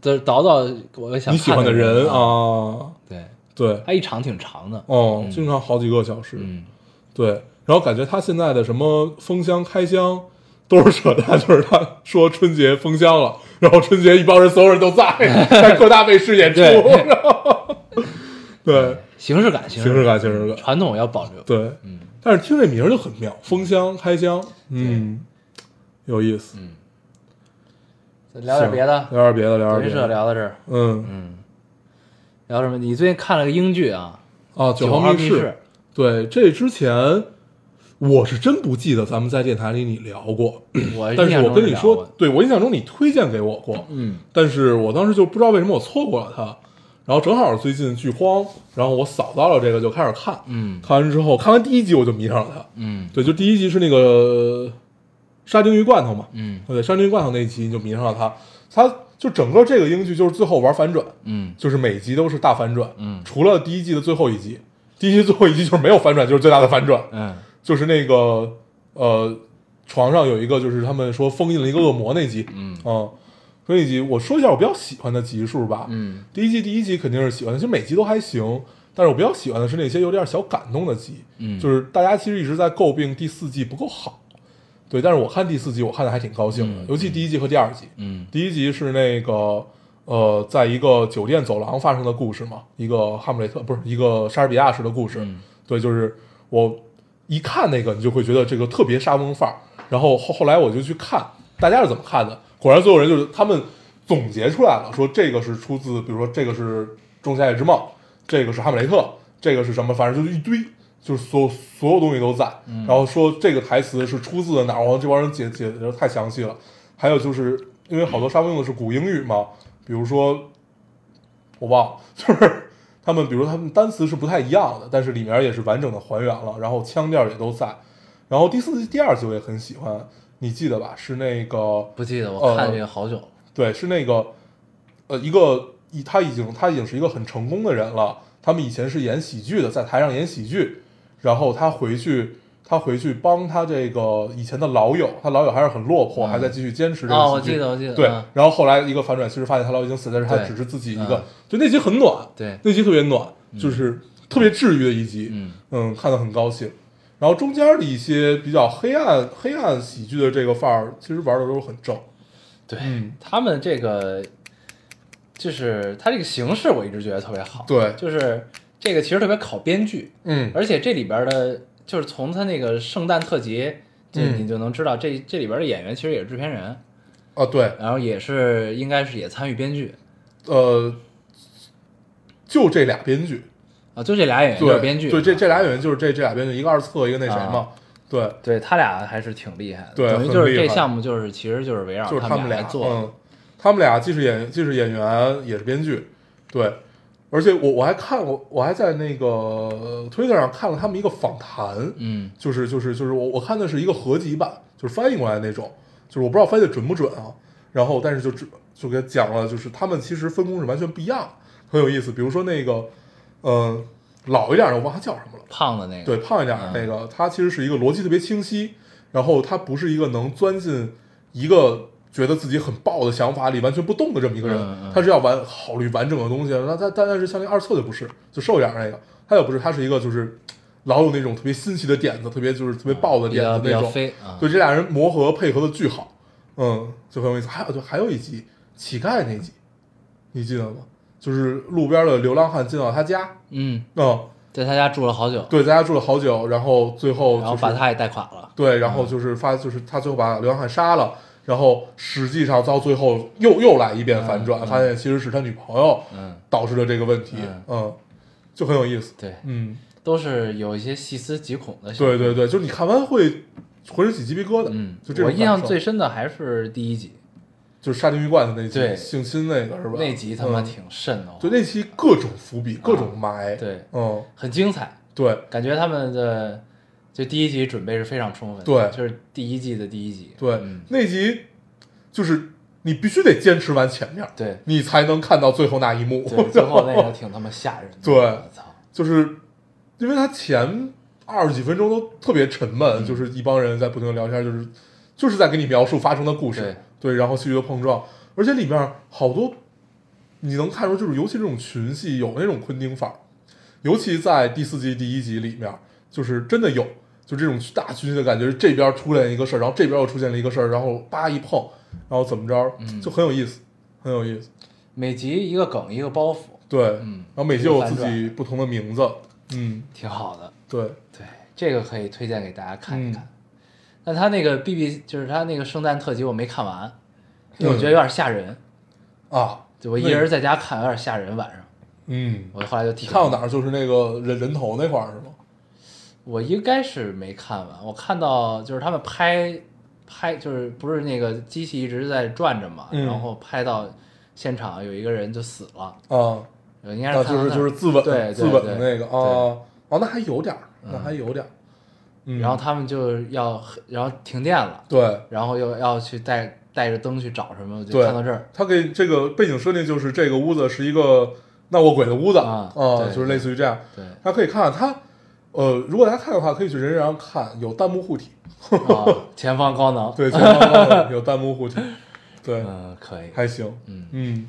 Speaker 1: 就是倒到我想
Speaker 2: 你喜欢
Speaker 1: 看
Speaker 2: 的人
Speaker 1: 啊，
Speaker 2: 啊，
Speaker 1: 对，
Speaker 2: 对，
Speaker 1: 它一场挺长的，
Speaker 2: 哦，经常好几个小时，
Speaker 1: 嗯，
Speaker 2: 对。然后感觉他现在的什么封箱、开箱都是扯淡， 就是他说春节封箱了，然后春节一帮人所有人都 在在各大卫视演出，
Speaker 1: 对
Speaker 2: 然后对，
Speaker 1: 形式感，形
Speaker 2: 形式感，形式感，
Speaker 1: 传统要保留。
Speaker 2: 对，嗯，但是听这名儿就很妙，封箱、开箱，嗯，有意思。
Speaker 1: 嗯聊点别的
Speaker 2: 行，聊点别
Speaker 1: 德
Speaker 2: 的，聊点
Speaker 1: 云
Speaker 2: 别
Speaker 1: 社
Speaker 2: 的，
Speaker 1: 聊到这儿，
Speaker 2: 嗯
Speaker 1: 聊什么？你最近看了个英剧啊，
Speaker 2: 啊，
Speaker 1: 《九
Speaker 2: 号
Speaker 1: 号
Speaker 2: 室，
Speaker 1: 室》，
Speaker 2: 对，这之前我是真不记得咱们在电台里你聊过，
Speaker 1: 我
Speaker 2: 但
Speaker 1: 呃印
Speaker 2: 是
Speaker 1: 象
Speaker 2: 我
Speaker 1: 中
Speaker 2: 跟你
Speaker 1: 聊
Speaker 2: 说
Speaker 1: 过，
Speaker 2: 对我印象中你推荐给我过，
Speaker 1: 嗯，
Speaker 2: 但是我当时就不知道为什么我错过了它，然后正好最近剧荒，然后我扫到了这个就开始看，
Speaker 1: 嗯
Speaker 2: 看完之后看完第一集我就迷上了它，
Speaker 1: 嗯
Speaker 2: 对，就第一集是那个沙丁鱼罐头嘛，
Speaker 1: 嗯
Speaker 2: 对，沙丁鱼罐头那一集你就迷上了它，它就整个这个英剧就是最后玩反转，
Speaker 1: 嗯
Speaker 2: 就是每集都是大反转，
Speaker 1: 嗯
Speaker 2: 除了第一季的最后一集，第一季最后一集就是没有反转，就是最大的反转，
Speaker 1: 嗯
Speaker 2: 就是那个呃床上有一个就是他们说封印了一个恶魔那集，嗯啊，所以那集我说一下我比较喜欢的集数吧，
Speaker 1: 嗯
Speaker 2: 第一季第一集肯定是喜欢的，其实每集都还行，但是我比较喜欢的是那些有点小感动的集，
Speaker 1: 嗯
Speaker 2: 就是大家其实一直在诟病第四季不够好，对，但是我看第四季我看的还挺高兴的，
Speaker 1: 嗯
Speaker 2: 尤其第一季和第二季，
Speaker 1: 嗯
Speaker 2: 第一集是那个呃，在一个酒店走廊发生的故事嘛，一个哈姆雷特不是一个莎士比亚式的故事。
Speaker 1: 嗯
Speaker 2: 对，就是我一看那个，你就会觉得这个特别莎翁范儿。然后后后来我就去看大家是怎么看的，果然所有人就是他们总结出来了，说这个是出自，比如说这个是《仲夏夜之梦》，这个是《哈姆雷特》，这个是什么，反正就是一堆。就是所所有东西都在，然后说这个台词是出自哪儿，然后这帮人解解的太详细了，还有就是因为好多沙翁用的是古英语嘛，比如说我忘了，就是他们比如他们单词是不太一样的，但是里面也是完整的还原了，然后腔调也都在。然后第四季第二集我也很喜欢，你记得吧？是那个
Speaker 1: 不记得，我看这个好久了。
Speaker 2: 对，是那个呃一个一他已经他已经是一个很成功的人了，他们以前是演喜剧的，在台上演喜剧，然后他回去。他回去帮他这个以前的老友，他老友还是很落魄，还在继续坚持这个喜剧。
Speaker 1: 哦，我记得，我记得，
Speaker 2: 对
Speaker 1: 嗯，
Speaker 2: 然后后来一个反转，其实发现他老已经死，但是他
Speaker 1: 对
Speaker 2: 只是自己一个
Speaker 1: 嗯，
Speaker 2: 就那集很暖，
Speaker 1: 对
Speaker 2: 那集特别暖。就是特别治愈的一集，
Speaker 1: 嗯
Speaker 2: 嗯，看得很高兴。然后中间的一些比较黑暗、黑暗喜剧的这个范儿，其实玩的都很正，
Speaker 1: 对
Speaker 2: 嗯
Speaker 1: 他们这个，就是他这个形式，我一直觉得特别好。
Speaker 2: 对
Speaker 1: 就是这个其实特别考编剧，
Speaker 2: 嗯，
Speaker 1: 而且这里边的，就是从他那个圣诞特辑，就
Speaker 2: 嗯
Speaker 1: 你就能知道这这里边的演员其实也是制片人，
Speaker 2: 啊，对，
Speaker 1: 然后也是应该是也参与编剧
Speaker 2: 呃，就这俩编剧，
Speaker 1: 啊，就这俩演员就是
Speaker 2: 对，
Speaker 1: 编剧，
Speaker 2: 对，这这俩演员就是这这俩编剧，一个二册，一个那谁
Speaker 1: 啊
Speaker 2: 嘛，对，
Speaker 1: 对他俩还是挺厉害的，
Speaker 2: 对
Speaker 1: 等于
Speaker 2: 很
Speaker 1: 就是
Speaker 2: 厉害
Speaker 1: 这项目就是其实就是围绕
Speaker 2: 就是
Speaker 1: 他俩
Speaker 2: 们俩
Speaker 1: 来做的，
Speaker 2: 嗯，他们俩既是演既是演员也是编剧，对，而且我我还看过，我还在那个 Twitter 上看了他们一个访谈，
Speaker 1: 嗯
Speaker 2: 就是就是就是我我看的是一个合集版，就是翻译过来那种，就是我不知道翻译的准不准啊。然后但是就只就给讲了，就是他们其实分工是完全不一样，很有意思。比如说那个，呃，老一点的我忘了他叫什么了，
Speaker 1: 胖的那个，
Speaker 2: 对，胖一点
Speaker 1: 嗯
Speaker 2: 的那个，他其实是一个逻辑特别清晰，然后他不是一个能钻进一个觉得自己很爆的想法里完全不动的这么一个人，
Speaker 1: 嗯嗯
Speaker 2: 他是要完考虑完整的东西。啊那他但但是像那二册就不是，就瘦一点儿那个，他也不是，他是一个就是老有那种特别新奇的点子，特别就是特别爆的
Speaker 1: 比
Speaker 2: 点
Speaker 1: 较
Speaker 2: 子
Speaker 1: 嗯比
Speaker 2: 那
Speaker 1: 较
Speaker 2: 种。
Speaker 1: 飞啊，
Speaker 2: 对，这俩人磨合配合的巨好，嗯，就很有意思。还有就还有一集乞丐那集，你记得吗？就是路边的流浪汉进到他家，
Speaker 1: 嗯，
Speaker 2: 嗯，
Speaker 1: 在他家住了好久，
Speaker 2: 对，在家住了好久，然后最后、就是、
Speaker 1: 然后把他也嗯带垮了，
Speaker 2: 对，然后就是发，就是他最后把刘洋汉杀了，然后实际上到最后又又来一遍反转，
Speaker 1: 嗯嗯
Speaker 2: 发现其实是他女朋友
Speaker 1: 嗯，
Speaker 2: 导致的这个问题，
Speaker 1: 嗯
Speaker 2: 嗯就很有意思，
Speaker 1: 对，
Speaker 2: 嗯，
Speaker 1: 都是有一些细思极恐的，
Speaker 2: 对对，对，就是你看完会浑身起鸡皮疙瘩，
Speaker 1: 嗯
Speaker 2: 就这，种
Speaker 1: 我印象
Speaker 2: 感受
Speaker 1: 最深的还是第一集
Speaker 2: 就是沙丁鱼罐头那
Speaker 1: 对
Speaker 2: 集性侵那个是吧？
Speaker 1: 那集他妈
Speaker 2: 嗯
Speaker 1: 挺瘆的，
Speaker 2: 对，那期各种伏笔，各种埋，
Speaker 1: 对，
Speaker 2: 嗯，
Speaker 1: 很精彩，
Speaker 2: 对
Speaker 1: 感觉他们的就第一集准备是非常充分的，
Speaker 2: 对
Speaker 1: 就是第一季的第一集，
Speaker 2: 对，
Speaker 1: 嗯
Speaker 2: 那集就是你必须得坚持完前面，
Speaker 1: 对
Speaker 2: 你才能看到最后那一幕，
Speaker 1: 对，最后那个挺他妈吓人的，
Speaker 2: 对
Speaker 1: 我操，
Speaker 2: 就是因为他前二十几分钟都特别沉闷，
Speaker 1: 嗯
Speaker 2: 就是一帮人在不停的聊天，就是就是在给你描述发生的故事，对然后戏剧的碰撞，而且里面好多你能看出，就是尤其这种群戏有那种昆汀范儿，尤其在第四季第一集里面，就是真的有。就这种大群戏的感觉，这边出现一个事儿，然后这边又出现了一个事儿，然后叭一碰，然后怎么着，
Speaker 1: 嗯
Speaker 2: 就很有意思，很有意思。
Speaker 1: 每集一个梗一个包袱，
Speaker 2: 对，
Speaker 1: 嗯
Speaker 2: 然后每集有自
Speaker 1: 一个反
Speaker 2: 己不同的名字，嗯，
Speaker 1: 挺好的，
Speaker 2: 对，
Speaker 1: 对，这个可以推荐给大家看
Speaker 2: 嗯
Speaker 1: 一看。但他那个 B B 就是他那个圣诞特辑我没看完，因
Speaker 2: 嗯
Speaker 1: 为我觉得有点吓人，
Speaker 2: 啊，
Speaker 1: 就我一人在家看有点吓人，晚上
Speaker 2: 嗯，
Speaker 1: 我后来就停了。
Speaker 2: 看到哪儿就是那个人人头那块儿是吗？
Speaker 1: 我应该是没看完，我看到就是他们拍拍，就是不是那个机器一直在转着嘛，
Speaker 2: 嗯
Speaker 1: 然后拍到现场有一个人就死了，
Speaker 2: 啊，
Speaker 1: 我应该
Speaker 2: 啊，
Speaker 1: 是看
Speaker 2: 就
Speaker 1: 到
Speaker 2: 是
Speaker 1: 那儿
Speaker 2: 就是自刎
Speaker 1: 对
Speaker 2: 自刎的
Speaker 1: 对
Speaker 2: 那
Speaker 1: 对
Speaker 2: 个啊，哦，那还有点儿，那
Speaker 1: 嗯
Speaker 2: 还有点儿，嗯，
Speaker 1: 然后他们就要然后停电了，
Speaker 2: 对
Speaker 1: 然后又要去带带着灯去找什么，我就
Speaker 2: 对
Speaker 1: 看到这儿，
Speaker 2: 他给这个背景设定就是这个屋子是一个闹过鬼的屋子
Speaker 1: 啊对
Speaker 2: 就是类似于这样，
Speaker 1: 对，
Speaker 2: 大家可以看看他。呃，如果大家看的话，可以去人人上看，有弹幕护体，
Speaker 1: 啊，前方高能，
Speaker 2: 对，前方高能有弹幕护体，对，
Speaker 1: 嗯，可以，
Speaker 2: 还行，
Speaker 1: 嗯
Speaker 2: 嗯，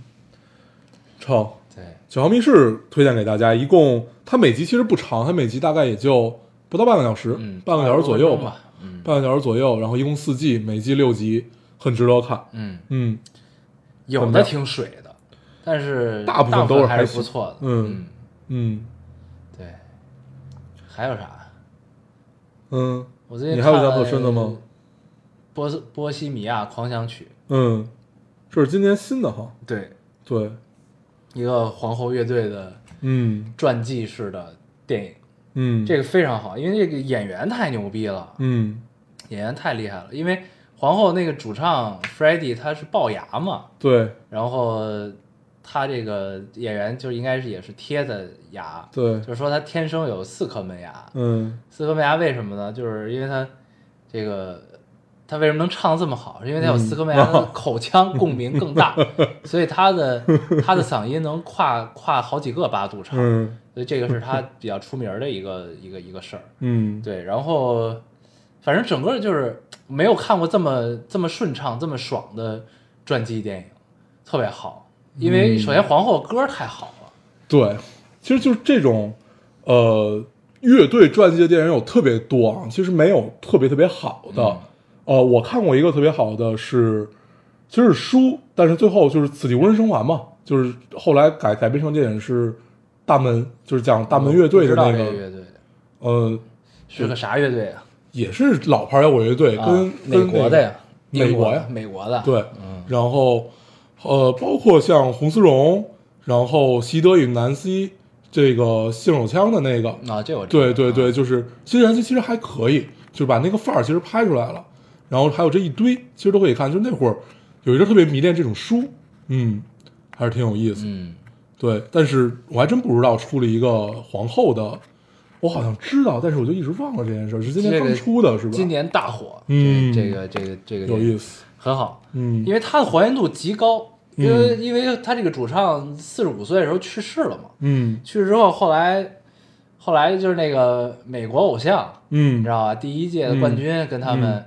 Speaker 2: 成，
Speaker 1: 对，
Speaker 2: 九号密室推荐给大家，一共它每集其实不长，它每集大概也就不到半个小时，
Speaker 1: 嗯，
Speaker 2: 半个小时左右
Speaker 1: 吧，，嗯
Speaker 2: 半个小时左右，然后一共四季，每季六集，很值得看。
Speaker 1: 嗯，
Speaker 2: 嗯，
Speaker 1: 有
Speaker 2: 怎么
Speaker 1: 的
Speaker 2: 样
Speaker 1: 挺水的，但是
Speaker 2: 大部分都是
Speaker 1: 还
Speaker 2: 还
Speaker 1: 是不
Speaker 2: 行
Speaker 1: 错的，
Speaker 2: 嗯嗯
Speaker 1: 对，还有啥？
Speaker 2: 嗯
Speaker 1: 我最近
Speaker 2: 你还有
Speaker 1: 看
Speaker 2: 印
Speaker 1: 了
Speaker 2: 象特深的吗？
Speaker 1: 波斯波西米亚狂想曲，
Speaker 2: 嗯，这是今年新的哈，
Speaker 1: 对，
Speaker 2: 对，
Speaker 1: 一个皇后乐队的
Speaker 2: 嗯
Speaker 1: 传记式的电影，
Speaker 2: 嗯，
Speaker 1: 这个非常好，因为这个演员太牛逼了，
Speaker 2: 嗯
Speaker 1: 演员太厉害了，因为皇后那个主唱 f r e d d y 他是龅牙嘛，
Speaker 2: 对
Speaker 1: 然后他这个演员就应该是也是贴的牙，
Speaker 2: 对
Speaker 1: 就，是说他天生有四颗门牙，
Speaker 2: 嗯
Speaker 1: 四颗门牙为什么呢？就是因为他这个他为什么能唱这么好？是因为他有四颗门牙，他的口腔共鸣更大，所以他的他的嗓音能跨跨好几个八度唱，
Speaker 2: 嗯
Speaker 1: 所以这个是他比较出名儿的一个一个一个事儿。
Speaker 2: 嗯
Speaker 1: 对，然后反正整个就是没有看过这么这么顺畅、这么爽的
Speaker 2: 嗯
Speaker 1: 传记电影，特别好。因为首先皇后歌太好了，
Speaker 2: 对，其实就是这种，呃，乐队传记的电影有特别多啊，其实没有特别特别好的。
Speaker 1: 嗯
Speaker 2: 呃，我看过一个特别好的是，其实是书，但是最后就是《此地无人生还》嘛，就是后来改改编成电影是《大门》，就是讲大门乐队的
Speaker 1: 知道这
Speaker 2: 那个，
Speaker 1: 乐队的
Speaker 2: 呃，
Speaker 1: 是个啥乐队啊？
Speaker 2: 也是老牌摇滚乐队，
Speaker 1: 啊
Speaker 2: 跟
Speaker 1: 美国的，呀，嗯
Speaker 2: 美
Speaker 1: 英
Speaker 2: 国
Speaker 1: 的
Speaker 2: 呀
Speaker 1: 美国的
Speaker 2: 跟那个对，然后呃，包括像红丝绒，然后《习德与南希》这个性手枪的那个，
Speaker 1: 啊，这我知道
Speaker 2: 对对对，就是《新燃期》其实还可以，就是把那个范儿其实拍出来了，然后还有这一堆，其实都可以看。就那会儿有一阵特别迷恋这种书，嗯，还是挺有意思。
Speaker 1: 嗯，
Speaker 2: 对，但是我还真不知道出了一个皇后的，我好像知道，但是我就一直忘了这件事儿，是今年
Speaker 1: 这个
Speaker 2: 刚出的，是吧？
Speaker 1: 今年大火，哎
Speaker 2: 嗯
Speaker 1: 这这个这个这个
Speaker 2: 有
Speaker 1: 电影
Speaker 2: 意思，
Speaker 1: 很好，
Speaker 2: 嗯
Speaker 1: 因为它的还原度极高，因为
Speaker 2: 嗯
Speaker 1: 因为他这个主唱四十五岁的时候去世了嘛，
Speaker 2: 嗯
Speaker 1: 去世之后后来后来就是那个美国偶像，你
Speaker 2: 嗯
Speaker 1: 知，道吧？第一届的冠军跟他
Speaker 2: 嗯
Speaker 1: 们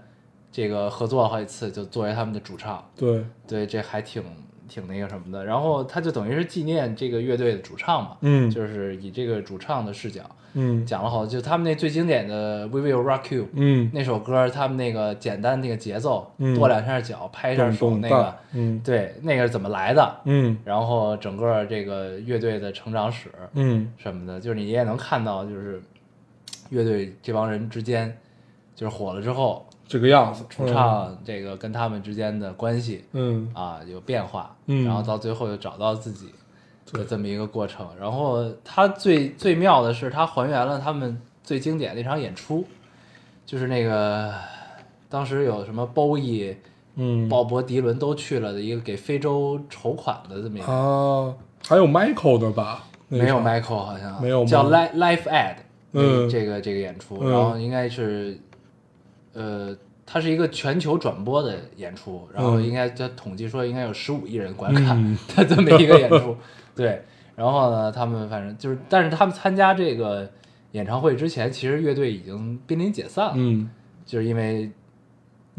Speaker 1: 这个合作了好几次，就作为他们的主唱，
Speaker 2: 对，
Speaker 1: 对，这还挺挺那个什么的。然后他就等于是纪念这个乐队的主唱嘛，
Speaker 2: 嗯
Speaker 1: 就是以这个主唱的视角
Speaker 2: 嗯
Speaker 1: 讲了好，就他们那最经典的《We Will Rock You》
Speaker 2: 嗯，
Speaker 1: 那首歌，他们那个简单那个节奏，
Speaker 2: 嗯
Speaker 1: 跺两下脚，拍一下
Speaker 2: 动
Speaker 1: 手，
Speaker 2: 动
Speaker 1: 那
Speaker 2: 大
Speaker 1: 个，
Speaker 2: 嗯
Speaker 1: 对，那个是怎么来的？
Speaker 2: 嗯
Speaker 1: 然后整个这个乐队的成长史，
Speaker 2: 嗯
Speaker 1: 什么的，就是你也能看到，就是乐队这帮人之间，就是火了之后，
Speaker 2: 这个样子，
Speaker 1: 主唱这个跟他们之间的关系
Speaker 2: 嗯，
Speaker 1: 啊有变化，
Speaker 2: 嗯
Speaker 1: 然后到最后又找到自己的
Speaker 2: 对
Speaker 1: 这么一个过程。然后他最最妙的是，他还原了他们最经典的一场演出，就是那个当时有什么包伊、
Speaker 2: 嗯
Speaker 1: 鲍勃迪伦都去了的一个给非洲筹款的这么一个，
Speaker 2: 啊，还有 Michael 的吧？那个
Speaker 1: 没有
Speaker 2: 场
Speaker 1: Michael 好像
Speaker 2: 没有吗
Speaker 1: 叫 Life Life Ad，
Speaker 2: 嗯
Speaker 1: 这个这个演出，
Speaker 2: 嗯
Speaker 1: 然后应该是，呃，它是一个全球转播的演出，然后
Speaker 2: 嗯
Speaker 1: 应该它统计说应该有十五亿人观看
Speaker 2: 嗯
Speaker 1: 它这么一个演出，对，然后呢，他们反正就是，但是他们参加这个演唱会之前，其实乐队已经濒临解散了，
Speaker 2: 嗯
Speaker 1: 就是因为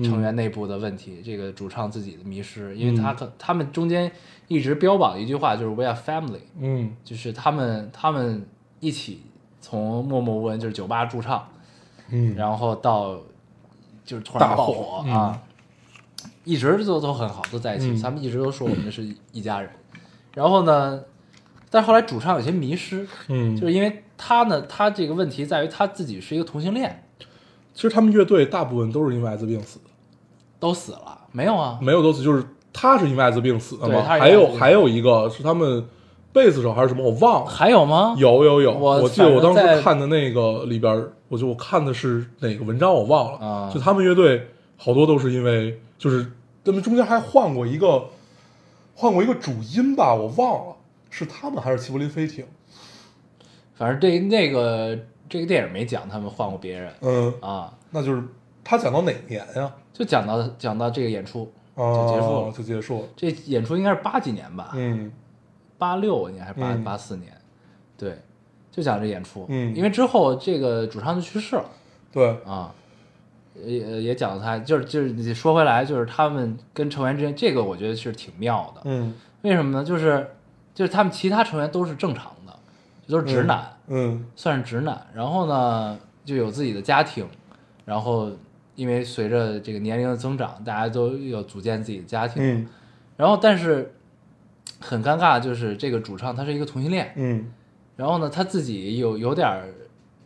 Speaker 1: 成员内部的问题，这个主唱自己的迷失，因为
Speaker 2: 嗯
Speaker 1: 他可、他们中间一直标榜一句话就是 “We are family”，
Speaker 2: 嗯
Speaker 1: 就是他们他们一起从默默无闻就是酒吧驻唱，
Speaker 2: 嗯，
Speaker 1: 然后到就是突然
Speaker 2: 大
Speaker 1: 爆
Speaker 2: 火嗯
Speaker 1: 啊，一直都都很好，都在一起，
Speaker 2: 嗯
Speaker 1: 他们一直都说我们是一家人。然后呢，但是后来主唱有些迷失，
Speaker 2: 嗯，
Speaker 1: 就是因为他呢，他这个问题在于他自己是一个同性恋，
Speaker 2: 其实他们乐队大部分都是因为艾滋病死的，
Speaker 1: 都死了没有啊？
Speaker 2: 没有都死，就是他是因为艾滋病死的
Speaker 1: 对
Speaker 2: 嘛。
Speaker 1: 他是因为艾滋
Speaker 2: 还有
Speaker 1: 病
Speaker 2: 还有一个是他们贝斯手还是什么，我忘了。
Speaker 1: 还有吗？
Speaker 2: 嗯有有有，
Speaker 1: 我
Speaker 2: 我记得我当
Speaker 1: 反正在
Speaker 2: 时看的那个里边儿，我就我看的是哪个文章我忘了。
Speaker 1: 啊
Speaker 2: 就他们乐队好多都是因为，就是他们中间还换过一个换过一个主音吧，我忘了是他们还是齐柏林飞艇。
Speaker 1: 反正这那个这个电影没讲他们换过别人
Speaker 2: 嗯，
Speaker 1: 啊，
Speaker 2: 那就是他讲到哪年呀、
Speaker 1: 就讲到讲到这个演出，
Speaker 2: 啊？就
Speaker 1: 结束了啊
Speaker 2: 就结束了。
Speaker 1: 这演出应该是八几年吧？
Speaker 2: 嗯
Speaker 1: 八六年还是八
Speaker 2: 嗯
Speaker 1: 八四年，对，就讲这演出，
Speaker 2: 嗯
Speaker 1: 因为之后这个主唱就去世了，
Speaker 2: 对，
Speaker 1: 啊，也也讲了他，就是就是你说回来，就是他们跟成员之间，这个我觉得是挺妙的，
Speaker 2: 嗯
Speaker 1: 为什么呢？就是就是他们其他成员都是正常的，都是直男，
Speaker 2: 嗯
Speaker 1: 算是直男，然后呢就有自己的家庭，然后因为随着这个年龄的增长，大家都要组建自己的家庭，
Speaker 2: 嗯
Speaker 1: 然后但是很尴尬，就是这个主唱他是一个同性恋，
Speaker 2: 嗯
Speaker 1: 然后呢他自己有有点儿，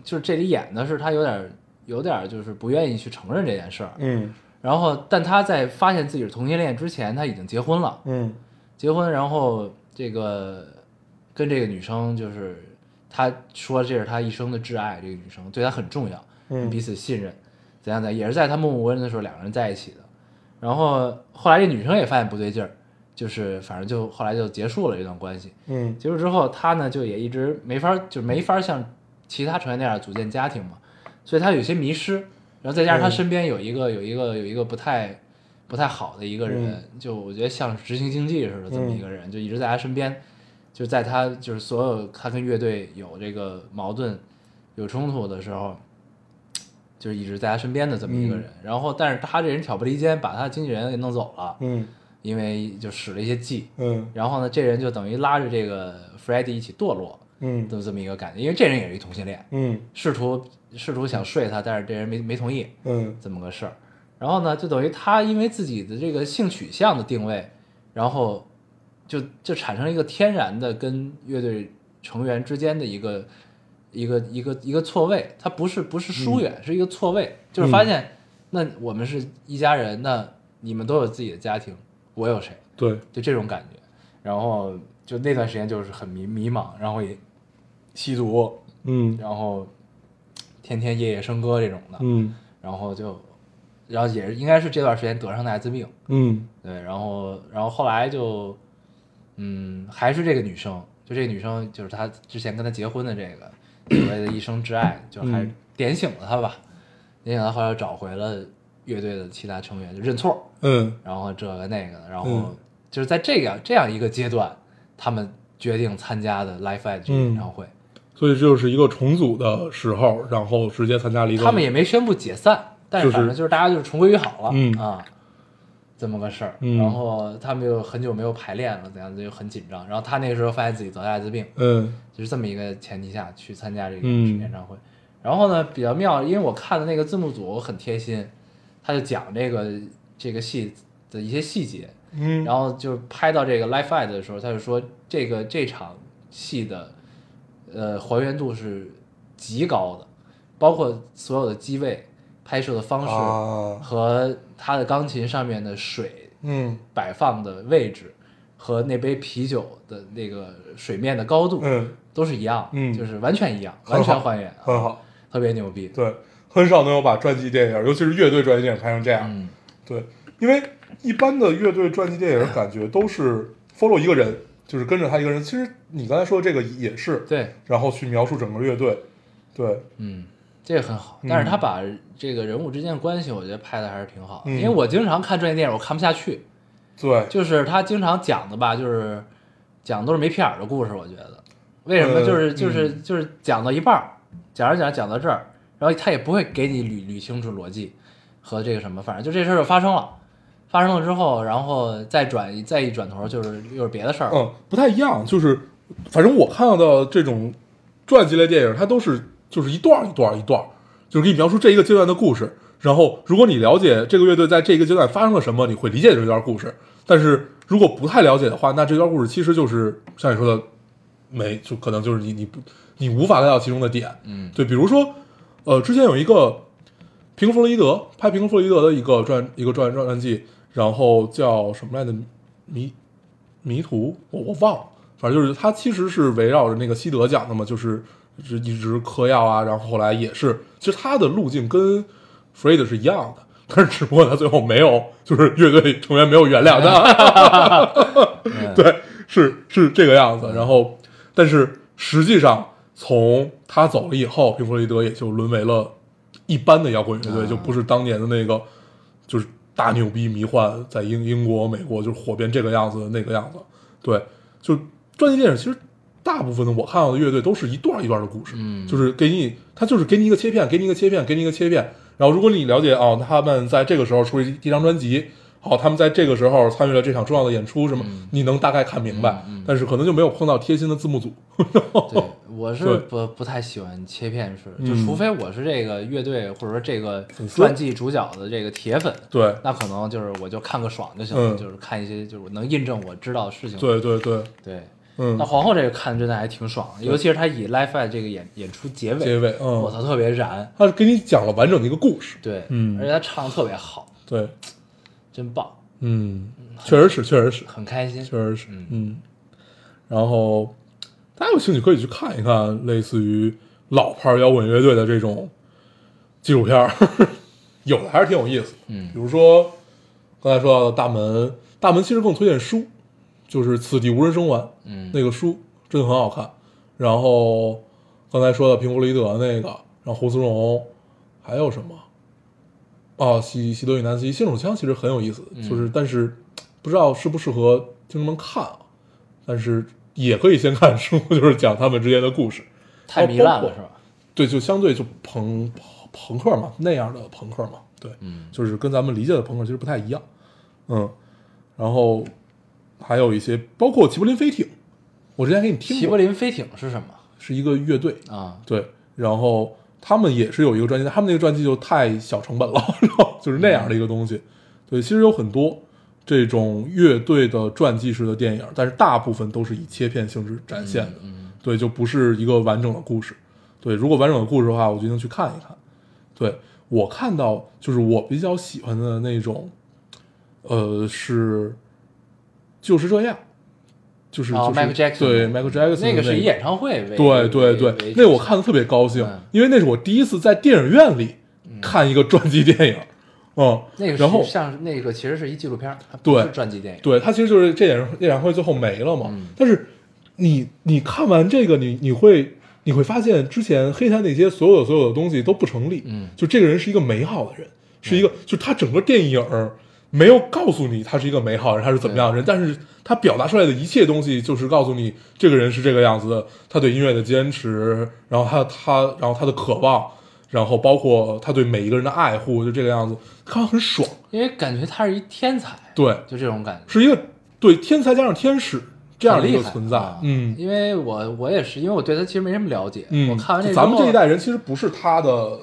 Speaker 1: 就是这里演的是他有点儿有点儿就是不愿意去承认这件事儿，
Speaker 2: 嗯
Speaker 1: 然后但他在发现自己是同性恋之前，他已经结婚了，
Speaker 2: 嗯
Speaker 1: 结婚然后这个跟这个女生就是他说这是他一生的挚爱，这个女生对他很重要，
Speaker 2: 嗯
Speaker 1: 彼此信任，怎样怎样，也是在他默默无闻的时候两个人在一起的。然后后来这女生也发现不对劲儿，就是反正就后来就结束了这段关系。
Speaker 2: 嗯
Speaker 1: 结束之后，他呢就也一直没法就没法像其他成员那样组建家庭嘛，所以他有些迷失。然后再加上他
Speaker 2: 嗯
Speaker 1: 身边有一个、有一个有一个不太不太好的一个人，就我觉得像执行经济似的这么一个人，就一直在他身边，就在他就是所有他跟乐队有这个矛盾、有冲突的时候，就是一直在他身边的这么一个人。然后，但是他这人挑拨离间，把他经纪人给弄走了，
Speaker 2: 嗯
Speaker 1: 因为就使了一些计。
Speaker 2: 嗯
Speaker 1: 然后呢，这人就等于拉着这个 Freddy 一起堕落，
Speaker 2: 嗯
Speaker 1: 的这么一个感觉，因为这人也是一同性恋，
Speaker 2: 嗯
Speaker 1: 试图试图想睡她，但是这人没没同意
Speaker 2: 嗯
Speaker 1: 这么个事儿。然后呢，就等于她因为自己的这个性取向的定位，然后就就产生了一个天然的跟乐队成员之间的一个一个一个一个错位，它不是不是疏远，是一个错位，就是发现、那我们是一家人，那你们都有自己的家庭，我有谁？
Speaker 2: 对，
Speaker 1: 就这种感觉。然后就那段时间就是很迷迷茫，然后也吸毒，
Speaker 2: 嗯
Speaker 1: 然后天天夜夜笙歌这种的，
Speaker 2: 嗯
Speaker 1: 然后就，然后也是应该是这段时间得上的艾滋病，
Speaker 2: 嗯
Speaker 1: 对，然后然后后来就，嗯，还是这个女生，就这个女生就是她之前跟她结婚的这个所谓的一生挚爱，就还是
Speaker 2: 嗯
Speaker 1: 点醒了她吧，点醒她后来找回了乐队的其他成员，就认错，
Speaker 2: 嗯
Speaker 1: 然后这个那个的，然后
Speaker 2: 嗯
Speaker 1: 就是在这个这样一个阶段，他们决定参加的 Life Edge
Speaker 2: 嗯
Speaker 1: 演唱会，
Speaker 2: 所以这就是一个重组的时候，然后直接参加了一个，
Speaker 1: 他们也没宣布解散，但是
Speaker 2: 就是
Speaker 1: 反正就是大家就是重归于好了，
Speaker 2: 嗯
Speaker 1: 啊，这么个事儿。
Speaker 2: 嗯
Speaker 1: 然后他们又很久没有排练了，怎样就很紧张。然后他那个时候发现自己得了艾滋病，
Speaker 2: 嗯
Speaker 1: 就是这么一个前提下去参加这个
Speaker 2: 嗯
Speaker 1: 演唱会。然后呢，比较妙，因为我看的那个字幕组很贴心，他就讲这个这个戏的一些细节，
Speaker 2: 嗯
Speaker 1: 然后就拍到这个 Life Aid 的时候，他就说这个这场戏的呃还原度是极高的，包括所有的机位、拍摄的方式
Speaker 2: 啊
Speaker 1: 和他的钢琴上面的水
Speaker 2: 嗯
Speaker 1: 摆放的位置和那杯啤酒的那个水面的高度
Speaker 2: 嗯
Speaker 1: 都是一样，
Speaker 2: 嗯
Speaker 1: 就是完全一样，
Speaker 2: 很
Speaker 1: 完全
Speaker 2: 好
Speaker 1: 还原，啊
Speaker 2: 很，好，
Speaker 1: 特别牛逼。
Speaker 2: 对，很少能有把传记电影，尤其是乐队传记电影拍成这样，
Speaker 1: 嗯，
Speaker 2: 对，因为一般的乐队传记电影感觉都是 follow 一个人，就是跟着他一个人。其实你刚才说这个也是，
Speaker 1: 对，
Speaker 2: 然后去描述整个乐队，对，
Speaker 1: 嗯，这个很好，但是他
Speaker 2: 嗯
Speaker 1: 把这个人物之间的关系，我觉得拍的还是挺好的。
Speaker 2: 嗯
Speaker 1: 因为我经常看专业电影，我看不下去，
Speaker 2: 对，
Speaker 1: 就是他经常讲的吧，就是讲都是没屁眼儿的故事。我觉得为什么？
Speaker 2: 呃
Speaker 1: 就是就是就是讲到一半儿，讲着讲着讲到这儿，然后他也不会给你捋捋清楚逻辑和这个什么，反正就这事儿就发生了。发生了之后，然后再转一再一转头，就是又是别的事儿了。
Speaker 2: 嗯，不太一样，就是反正我看到的这种传记类电影，它都是就是一段儿一段儿一段儿，就是给你描述这一个阶段的故事。然后，如果你了解这个乐队在这一个阶段发生了什么，你会理解这段故事。但是如果不太了解的话，那这段故事其实就是像你说的，没就可能就是你你不你无法 get 到其中的点。
Speaker 1: 嗯
Speaker 2: 对，比如说，呃，之前有一个平克·弗洛伊德拍平克·弗洛伊德的一个传一个传传传记，然后叫什么来着？迷迷途，我我忘了，反正就是他其实是围绕着那个西德讲的嘛，就是是一直嗑药啊，然后后来也是，其实他的路径跟 Fred 是一样的， 但是只不过他最后没有，就是乐队成员没有原谅他， 对，是是这个样子。然后，但是实际上从他走了以后，平克·弗洛伊德也就沦为了一般的摇滚乐队，就不是当年的那个就是大牛逼迷幻，在英英国、美国就是火遍这个样子那个样子。对，就传记电影其实大部分的我看到的乐队都是一段一段的故事，
Speaker 1: 嗯
Speaker 2: 就是给你，它就是给你一个切片，给你一个切片，给你一个切片。然后如果你了解哦，他们在这个时候出了一一张专辑，好，他们在这个时候参与了这场重要的演出，什么、你能大概看明白，
Speaker 1: 嗯嗯嗯
Speaker 2: 但是可能就没有碰到贴心的字幕组。
Speaker 1: 对，我是
Speaker 2: 对
Speaker 1: 不不太喜欢切片式的，就
Speaker 2: 哦嗯
Speaker 1: 除非我是这个乐队或者说这个
Speaker 2: 粉丝
Speaker 1: 传记主角的这个铁粉，
Speaker 2: 对，
Speaker 1: 那可能就是我就看个爽就行了，
Speaker 2: 嗯
Speaker 1: 就是看一些就是我能印证我知道的事情。
Speaker 2: 对对对，
Speaker 1: 对
Speaker 2: 嗯
Speaker 1: 那，皇后这个看真的还挺爽的，尤其是他以 Life at 这个演演出结尾，
Speaker 2: 结尾，
Speaker 1: 我
Speaker 2: 嗯，
Speaker 1: 操，特别燃。
Speaker 2: 他是给你讲了完整的一个故事。
Speaker 1: 对，
Speaker 2: 嗯
Speaker 1: 而且他唱的特别好，
Speaker 2: 对，
Speaker 1: 真棒，
Speaker 2: 嗯，确实是，确实是，
Speaker 1: 很开心。
Speaker 2: 确实是，
Speaker 1: 嗯
Speaker 2: 嗯。然后大家有兴趣可以去看一看，类似于老牌摇滚乐队的这种纪录片儿， 有的还是挺有意思。
Speaker 1: 嗯
Speaker 2: 比如说刚才说到的大门，大门其实更推荐书，就是《此地无人生还》
Speaker 1: 嗯
Speaker 2: 那个书真的很好看。然后刚才说的平弗雷德那个，然后胡思荣，还有什么？哦，西西德与南希新手枪其实很有意思，就是但是不知道适不适合听众们看啊，但是也可以先看书， 就是讲他们之间的故事。
Speaker 1: 太糜烂
Speaker 2: 哦包括
Speaker 1: 了是吧？
Speaker 2: 对，就相对就朋朋克嘛，那样的朋克嘛，对，
Speaker 1: 嗯
Speaker 2: 就是跟咱们理解的朋克其实不太一样，嗯，然后还有一些包括齐柏林飞艇，我之前给你听
Speaker 1: 齐
Speaker 2: 过
Speaker 1: 柏，林飞艇是什么？
Speaker 2: 是一个乐队，
Speaker 1: 啊，
Speaker 2: 对，然后他们也是有一个专辑，他们那个专辑就太小成本了， 然后就是那样的一个东西。对，其实有很多这种乐队的传记式的电影，但是大部分都是以切片性质展现的，
Speaker 1: 嗯
Speaker 2: 对，就不是一个完整的故事。对，如果完整的故事的话，我决定去看一看。对我看到就是我比较喜欢的那种，呃，是就是这样，就是、
Speaker 1: 哦
Speaker 2: 就是
Speaker 1: ，Michael Jackson
Speaker 2: 对 Michael Jackson
Speaker 1: 那个
Speaker 2: 的
Speaker 1: 是以演唱会为
Speaker 2: 对对
Speaker 1: 为
Speaker 2: 对
Speaker 1: 为，
Speaker 2: 那我看的特别高兴
Speaker 1: 嗯，
Speaker 2: 因为那是我第一次在电影院里看一个传记电影，嗯，
Speaker 1: 那个是
Speaker 2: 然后
Speaker 1: 像那个其实是一纪录片，它不
Speaker 2: 对
Speaker 1: 是传记电影，
Speaker 2: 对它其实就是这演这演唱会最后没了嘛，但是你你看完这个，你你会你会发现之前黑他那些所有的所有的东西都不成立，
Speaker 1: 嗯
Speaker 2: 就这个人是一个美好的人，是一个就他整个电影没有告诉你他是一个美好人，他是怎么样的人，但是他表达出来的一切东西就是告诉你这个人是这个样子的，他对音乐的坚持，然后他他然后他的渴望，然后包括他对每一个人的爱护，就这个样子，看完很爽，
Speaker 1: 因为感觉他是一天才，
Speaker 2: 对，
Speaker 1: 就这种感觉。
Speaker 2: 是一个对天才加上天使这样的一个
Speaker 1: 很厉害
Speaker 2: 存在
Speaker 1: 啊，
Speaker 2: 嗯
Speaker 1: 因为我我也是，因为我对他其实没什么了解。
Speaker 2: 嗯，
Speaker 1: 我看完这
Speaker 2: 就咱们
Speaker 1: 之后
Speaker 2: 这一代人其实不是他的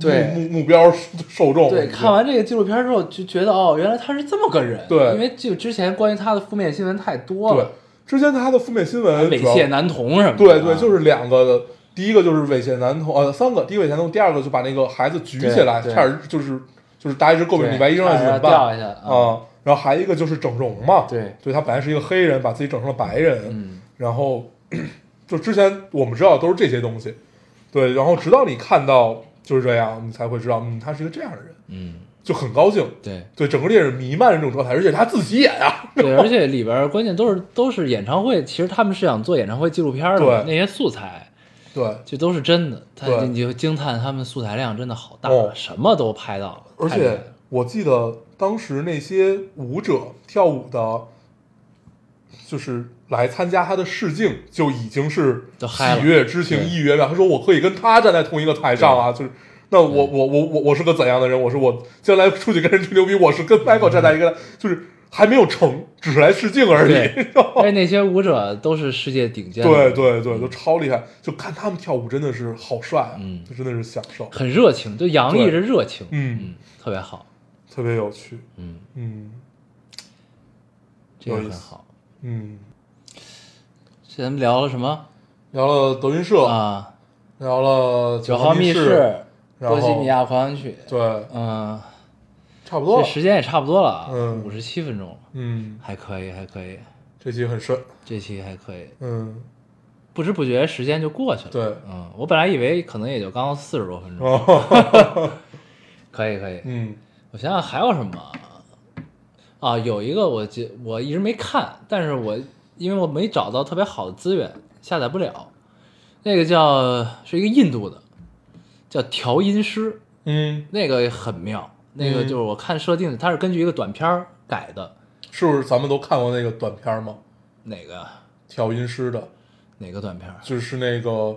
Speaker 1: 对
Speaker 2: 目目目标受众，
Speaker 1: 对，看完这个纪录片之后就觉得哦，原来他是这么个人。
Speaker 2: 对
Speaker 1: 因为就之前关于他的负面新闻太多
Speaker 2: 对
Speaker 1: 了，
Speaker 2: 之前他的负面新闻
Speaker 1: 猥
Speaker 2: 主要
Speaker 1: 亵男童什么的啊。
Speaker 2: 对对，就是两个，第一个就是猥亵男童，呃，三个，第一个猥亵男童，第二个就把那个孩子举起来，
Speaker 1: 对对
Speaker 2: 差点就是就是大家一直诟病
Speaker 1: 对
Speaker 2: 李白一扔下去
Speaker 1: 差
Speaker 2: 怎么
Speaker 1: 点
Speaker 2: 办
Speaker 1: 掉下去啊
Speaker 2: 啊？然后还一个就是整容嘛，
Speaker 1: 对
Speaker 2: 对他本来是一个黑人，把自己整成了白人，
Speaker 1: 嗯，
Speaker 2: 然后 就之前我们知道的都是这些东西，对，然后直到你看到就是这样，你才会知道，嗯，他是一个这样的人，
Speaker 1: 嗯，
Speaker 2: 就很高兴，
Speaker 1: 对
Speaker 2: 对，整个电影弥漫着这种状态，而且他自己演 啊，
Speaker 1: 对，而且里边儿关键都是都是演唱会，其实他们是想做演唱会纪录片儿的嘛，
Speaker 2: 对
Speaker 1: 那些素材。
Speaker 2: 对，
Speaker 1: 这都是真的，他
Speaker 2: 对
Speaker 1: 你就惊叹他们素材量真的好大，
Speaker 2: 哦
Speaker 1: 什么都拍到了，
Speaker 2: 而
Speaker 1: 太厉害
Speaker 2: 且
Speaker 1: 了
Speaker 2: 我记得当时那些舞者跳舞的，就是来参加他的试镜，就已经是
Speaker 1: 都嗨了
Speaker 2: 喜悦之情
Speaker 1: 对
Speaker 2: 溢于言表。他说：“我可以跟他站在同一个台上啊！”就是那我我我我我是个怎样的人？我说我将来出去跟人吹牛逼，我是跟 Michael 站在一 个，就是还没有成，只是来试镜 而已。
Speaker 1: 对而且那些舞者都是世界顶尖的，
Speaker 2: 对，对对，都超厉害！就看他们跳舞真的是好帅啊，
Speaker 1: 嗯
Speaker 2: 就真的是享受，
Speaker 1: 很热情，就洋溢
Speaker 2: 对
Speaker 1: 着热情，
Speaker 2: 嗯，
Speaker 1: 嗯，特别好，
Speaker 2: 特别有趣，
Speaker 1: 嗯，
Speaker 2: 嗯
Speaker 1: 这个
Speaker 2: 有意
Speaker 1: 很
Speaker 2: 思
Speaker 1: 好。
Speaker 2: 嗯。
Speaker 1: 这咱们聊了什么
Speaker 2: 聊了德云社，
Speaker 1: 啊？
Speaker 2: 聊了
Speaker 1: 九号密
Speaker 2: 室，
Speaker 1: 室、
Speaker 2: 然后
Speaker 1: 波西米亚狂想曲，
Speaker 2: 对，
Speaker 1: 嗯，
Speaker 2: 差不多
Speaker 1: 这
Speaker 2: 了。
Speaker 1: 时间也差不多了啊，
Speaker 2: 嗯
Speaker 1: 五十七分钟了，
Speaker 2: 嗯，
Speaker 1: 还可以，还可以，
Speaker 2: 这期很顺。
Speaker 1: 这期还可以，
Speaker 2: 嗯，
Speaker 1: 不知不觉时间就过去了，
Speaker 2: 对
Speaker 1: 嗯，我本来以为可能也就刚刚四十多分钟，
Speaker 2: 哦，
Speaker 1: 可以，可以，
Speaker 2: 嗯，
Speaker 1: 我想想还有什么啊？有一个我觉我一直没看，但是我因为我没找到特别好的资源，下载不了。那个叫是一个印度的，叫调音师，
Speaker 2: 嗯，
Speaker 1: 那个很妙。那个
Speaker 2: 嗯
Speaker 1: 就是我看设定的，它是根据一个短片儿改的。
Speaker 2: 是不是咱们都看过那个短片吗？
Speaker 1: 哪个
Speaker 2: 调音师的，
Speaker 1: 哪个短片儿？
Speaker 2: 就是那个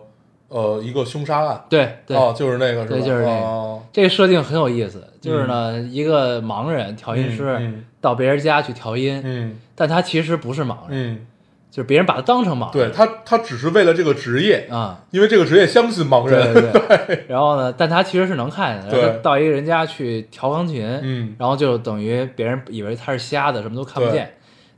Speaker 2: 呃，一个凶杀案
Speaker 1: 对对，
Speaker 2: 啊，就是那个是吧？
Speaker 1: 对就是那个
Speaker 2: 哦
Speaker 1: 这个设定很有意思。就是呢，一个盲人调音师、
Speaker 2: 嗯嗯
Speaker 1: 到别人家去调音，
Speaker 2: 嗯
Speaker 1: 但他其实不是盲人，
Speaker 2: 嗯，
Speaker 1: 就是别人把他当成盲
Speaker 2: 对
Speaker 1: 人。
Speaker 2: 他，他只是为了这个职业，
Speaker 1: 啊、
Speaker 2: 因为这个职业相信盲
Speaker 1: 对
Speaker 2: 人，
Speaker 1: 对对。然后呢，但他其实是能看见的。然后
Speaker 2: 对
Speaker 1: 他到一个人家去调钢琴，
Speaker 2: 嗯
Speaker 1: 然后就等于别人以为他是瞎的，什么都看不见。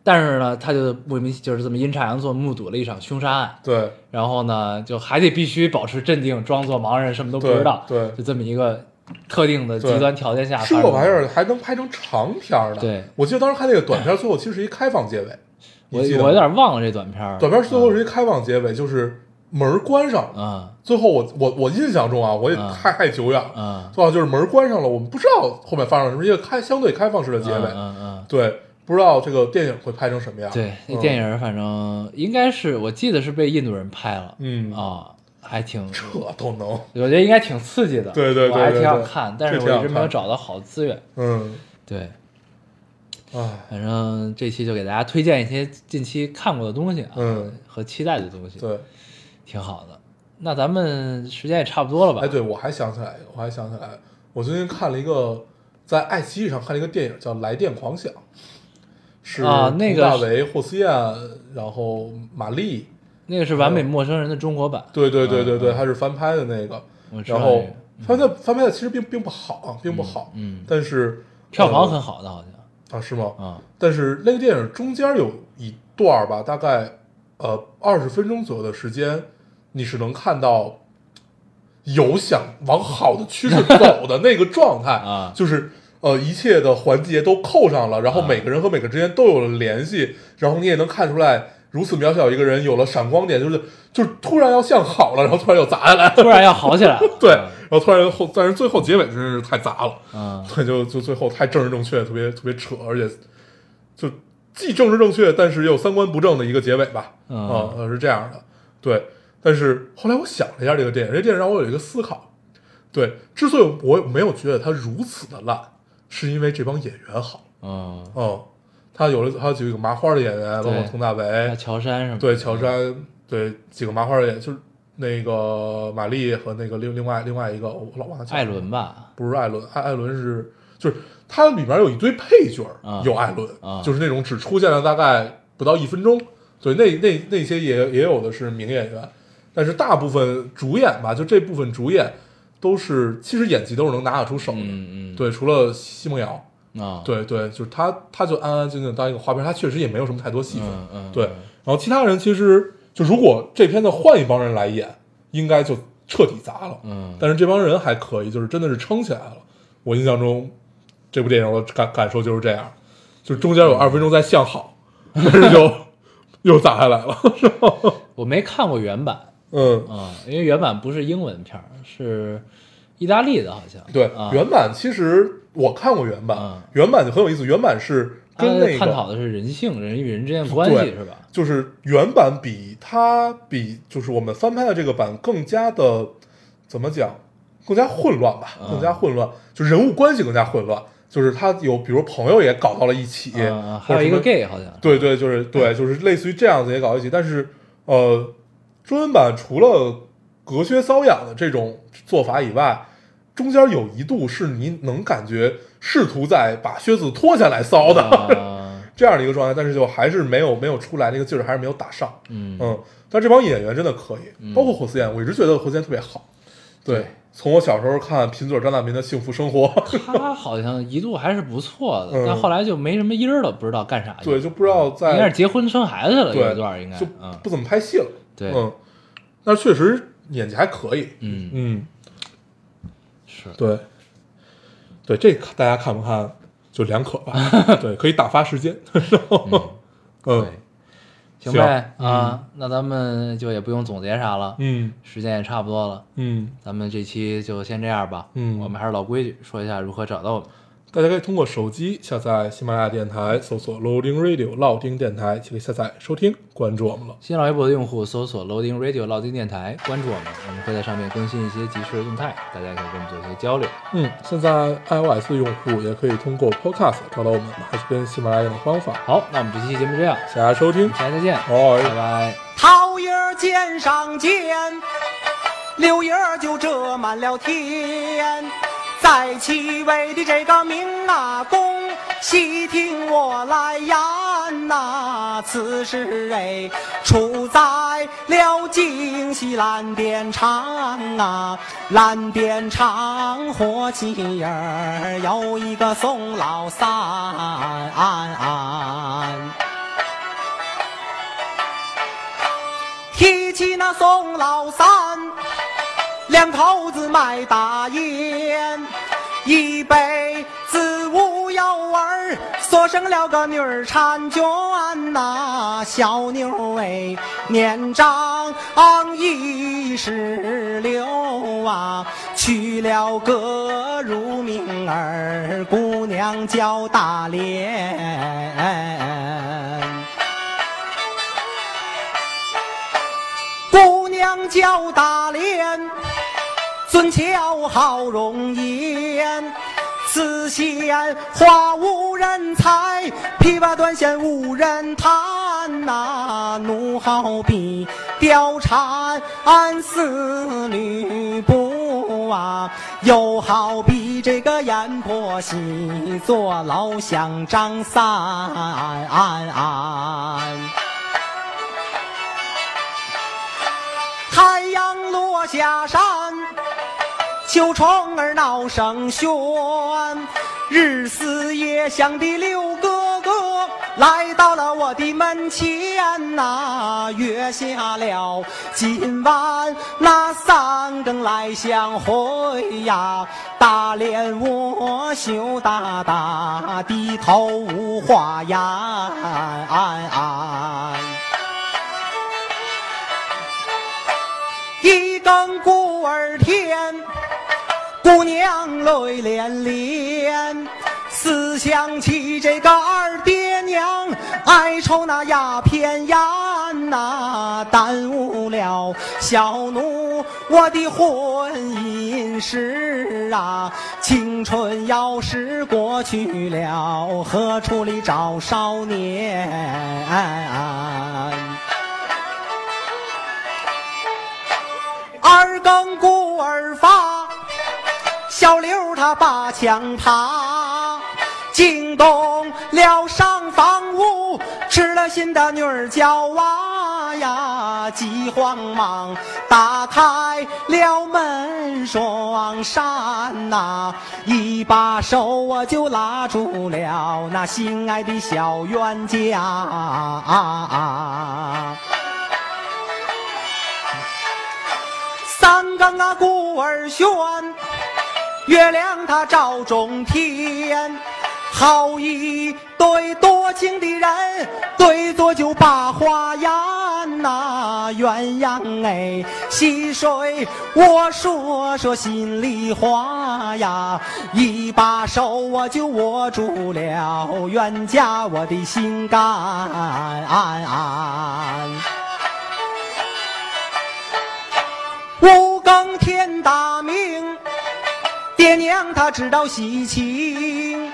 Speaker 1: 但是呢，他就莫名就是这么阴差阳错目睹了一场凶杀案，
Speaker 2: 对
Speaker 1: 然后呢，就还得必须保持镇定，装作盲人什么都不知道，
Speaker 2: 对对
Speaker 1: 就这么一个特定的
Speaker 2: 对
Speaker 1: 极端条件下，
Speaker 2: 是个玩意，儿，还能拍成长片儿呢。
Speaker 1: 对
Speaker 2: 我记得当时看那个短片，最后其实是一开放结尾。
Speaker 1: 我
Speaker 2: 你记得吗
Speaker 1: 我有点忘了这短片儿了，
Speaker 2: 短片最后是一开放结尾，就是门儿关上了。
Speaker 1: 嗯
Speaker 2: 最后我我我印象中啊，我也
Speaker 1: 嗯
Speaker 2: 太太久远了，
Speaker 1: 嗯
Speaker 2: 最后就是门儿关上了，我们不知道后面发生了什么，一个开相对开放式的结尾，
Speaker 1: 嗯嗯嗯，
Speaker 2: 对，不知道这个电影会拍成什么样。
Speaker 1: 对，那
Speaker 2: 嗯
Speaker 1: 电影儿反正应该是我记得是被印度人拍了，
Speaker 2: 嗯
Speaker 1: 啊，还挺
Speaker 2: 这都能，
Speaker 1: 我觉得应该挺刺激的，
Speaker 2: 对对对
Speaker 1: 我还挺
Speaker 2: 对
Speaker 1: 想
Speaker 2: 对
Speaker 1: 看，但是
Speaker 2: 这挺
Speaker 1: 我一
Speaker 2: 好
Speaker 1: 直没有
Speaker 2: 看
Speaker 1: 找到好资源。
Speaker 2: 嗯，
Speaker 1: 对，
Speaker 2: 唉，
Speaker 1: 反正这期就给大家推荐一些近期看过的东西啊，
Speaker 2: 嗯
Speaker 1: 和期待的东西，
Speaker 2: 对，
Speaker 1: 挺好的。那咱们时间也差不多了吧？
Speaker 2: 哎，对我还想起来，我还想起来，我最近看了一个在爱奇艺上看了一个电影叫《来电狂想》，是
Speaker 1: 啊那
Speaker 2: 佟
Speaker 1: 个
Speaker 2: 大
Speaker 1: 是
Speaker 2: 为、霍思燕，然后马丽，
Speaker 1: 那个是完美陌生人的中国版，
Speaker 2: 对对对
Speaker 1: 嗯
Speaker 2: 对对，它是翻拍的那个
Speaker 1: 我，知道
Speaker 2: 然后
Speaker 1: 那个
Speaker 2: 翻拍翻拍的其实并并不好啊，并不好，
Speaker 1: 嗯嗯
Speaker 2: 但是
Speaker 1: 票房
Speaker 2: 呃
Speaker 1: 很好的，好像
Speaker 2: 啊，是吗？
Speaker 1: 啊，
Speaker 2: 但是那个电影中间有一段儿吧，大概呃二十分钟左右的时间，你是能看到有想往好的趋势走的那个状 态
Speaker 1: 啊
Speaker 2: 就是呃一切的环节都扣上了，然后
Speaker 1: 啊
Speaker 2: 每个人和每个之间都有了联系，然后你也能看出来。如此渺小一个人有了闪光点，就是就是突然要向好了，然后突然又砸下来了，
Speaker 1: 突然要好起 来了，
Speaker 2: 对，然后突然后，但是最后结尾真是太砸了，
Speaker 1: 啊，
Speaker 2: 对，就就最后太政治正确，特别特别扯，而且就既政治正确，但是又三观不正的一个结尾吧，啊、
Speaker 1: 嗯
Speaker 2: 呃是这样的，对。但是后来我想了一下这个电影，这电影让我有一个思考，对，之所以我没有觉得它如此的烂，是因为这帮演员好，
Speaker 1: 嗯，
Speaker 2: 嗯，他有了还有几个麻花的演员，包括
Speaker 1: 对嗯
Speaker 2: 佟
Speaker 1: 还
Speaker 2: 大
Speaker 1: 有
Speaker 2: 为，
Speaker 1: 哎乔杉什么，
Speaker 2: 对，乔杉，对几个麻花的演员，就是那个玛丽和那个另另外另外一个，我老忘了叫
Speaker 1: 艾
Speaker 2: 什么
Speaker 1: 伦吧，
Speaker 2: 不是艾伦，艾艾伦是就是它里面有一堆配角儿，
Speaker 1: 啊
Speaker 2: 有艾伦，
Speaker 1: 啊
Speaker 2: 就是那种只出现了大概不到一分钟，对，那那那些也也有的是名演员，但是大部分主演吧，就这部分主演都是其实演技都是能拿得出手的，
Speaker 1: 嗯嗯
Speaker 2: 对，除了奚梦瑶，
Speaker 1: 啊，
Speaker 2: 对对，就是他他就安安静静当一个花瓶，他确实也没有什么太多戏份，
Speaker 1: 嗯嗯，
Speaker 2: 对，然后其他人其实就如果这片子换一帮人来演，应该就彻底砸了，
Speaker 1: 嗯，
Speaker 2: 但是这帮人还可以，就是真的是撑起来了。我印象中，这部电影我感感受就是这样，就是中间有二分钟在向好，但是就又砸下来了， 是吧？
Speaker 1: 我没看过原版
Speaker 2: 嗯，
Speaker 1: 啊，因为原版不是英文片儿，是意大利的，好像
Speaker 2: 对，
Speaker 1: 啊，
Speaker 2: 原版其实我看过原版，
Speaker 1: 嗯
Speaker 2: 原版就很有意思，原版是
Speaker 1: 它
Speaker 2: 跟那
Speaker 1: 探
Speaker 2: 个
Speaker 1: 讨的是人性、人与人之间的关系
Speaker 2: 对
Speaker 1: 是吧？
Speaker 2: 就是原版比它比就是我们翻拍的这个版更加的怎么讲，更加混乱吧，
Speaker 1: 嗯
Speaker 2: 更加混乱，就人物关系更加混乱。就是他有，比如朋友也搞到了一起，
Speaker 1: 嗯嗯还有一
Speaker 2: 或者什么
Speaker 1: 个 gay 哎好像是，
Speaker 2: 对对，就是对，就是类似于这样子也搞一起，但是呃，中文版除了隔靴搔痒的这种做法以外，中间有一度是你能感觉试图在把靴子脱下来搔的、
Speaker 1: 啊，
Speaker 2: 这样的一个状态，但是就还是没有没有出来那个劲儿，还是没有打上。
Speaker 1: 嗯
Speaker 2: 嗯，但这帮演员真的可以，包括火四燕，我一直觉得火四燕特别好。对，
Speaker 1: 嗯
Speaker 2: 从我小时候看贫嘴张大民的《幸福生活》，
Speaker 1: 哎他好像一度还是不错的，
Speaker 2: 嗯
Speaker 1: 但后来就没什么音儿了，不知道干啥去了。
Speaker 2: 对，就不知道
Speaker 1: 嗯
Speaker 2: 在
Speaker 1: 应该是结婚生孩子了，
Speaker 2: 对，
Speaker 1: 有一段儿应该
Speaker 2: 就
Speaker 1: 嗯
Speaker 2: 不怎么拍戏了。
Speaker 1: 对
Speaker 2: 嗯，但是确实演技还可以。
Speaker 1: 嗯
Speaker 2: 嗯，
Speaker 1: 是
Speaker 2: 对，对，这个大家看不看就两 可吧。对，可以打发时间。 嗯
Speaker 1: 对，行呗啊，那咱们就也不用总结啥了，
Speaker 2: 嗯
Speaker 1: 时间也差不多了，
Speaker 2: 嗯，
Speaker 1: 咱们这期就先这样吧。
Speaker 2: 嗯
Speaker 1: 我们还是老规矩，说一下如何找到我们。
Speaker 2: 大家可以通过手机下载喜马拉雅电台，搜索 Loading Radio 老丁电台，就可以下载收听，关注我们了。
Speaker 1: 新浪微博的用户搜索 Loading Radio 老丁电台，关注我们，我们会在上面更新一些即时的动态，大家也可以跟我们做一些交流。
Speaker 2: 嗯，现在 iOS 用户也可以通过 Podcast 找到我们，还是跟喜马拉雅一样的方法。
Speaker 1: 好，那我们这期节目这样，
Speaker 2: 谢谢大家收听，
Speaker 1: 下期再见，
Speaker 2: 拜
Speaker 1: 拜拜。
Speaker 3: 桃叶儿肩上肩，柳叶儿就遮满了天。在七位的这个明啊公，细听我来言呐、此事哎，出在了京西蓝靛厂啊，蓝靛厂伙计儿有一个宋老三。啊提起那宋老三，两口子卖大烟，一辈子无有儿，所生了个女儿婵娟呐，小妞哎，年长一十六啊，娶了个乳名儿，姑娘叫大莲。姑娘叫大莲，尊巧好容颜。丝线花无人裁，琵琶断弦无人弹呐、奴好比貂蝉似吕布啊，又好比这个阎婆惜坐牢想张三。下山，秋虫儿闹声喧，日思夜想的六哥哥来到了我的门前呐、约下了今晚那三更来相会呀，打脸我羞答答，低头无话言。一更鼓儿天，姑娘泪涟涟，思想起这个二爹娘，哀愁那鸦片烟呐、耽误了小奴我的婚姻事啊，青春要是过去了，何处里找少年？二更鼓儿发，小刘他把墙爬，惊动了上房屋，吃了心的女儿叫娃呀，急慌忙打开了门双扇呐、一把手我就拉住了那心爱的小冤家。三更啊，鼓儿喧，月亮它照中天。好一对多情的人，对坐就把花言呐、鸳鸯哎，溪水我说说心里话呀，一把手我就握住了冤家我的心肝。五更天打明，爹娘她知道喜庆。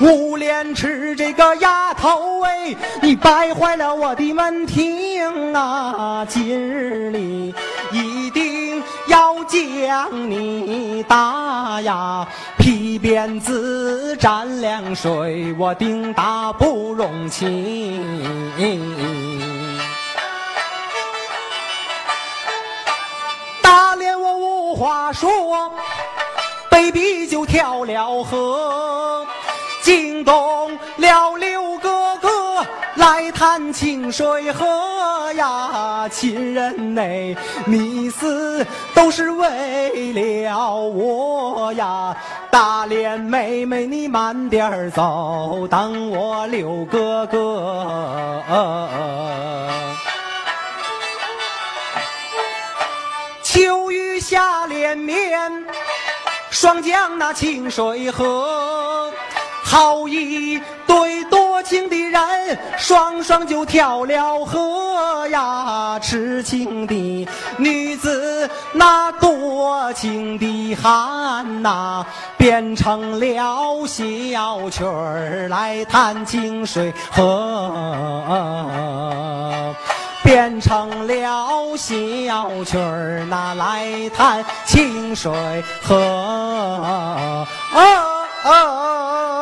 Speaker 3: 五连池这个丫头哎，你败坏了我的门庭啊！今日里一定要将你打呀！皮鞭子沾凉水，我定打不容情。打脸我无话说，卑鄙就跳了河，惊动了六哥哥来探清水河呀，亲人呐，你死都是为了我呀，大脸妹妹你慢点儿走，等我六哥哥。秋雨下连绵，霜降那清水河。好一对多情的人，双双就跳了河呀！痴情的女子，那多情的汉呐、变成了小曲儿来弹清水河。变成了小曲儿，拿来哦弹清水河。啊啊啊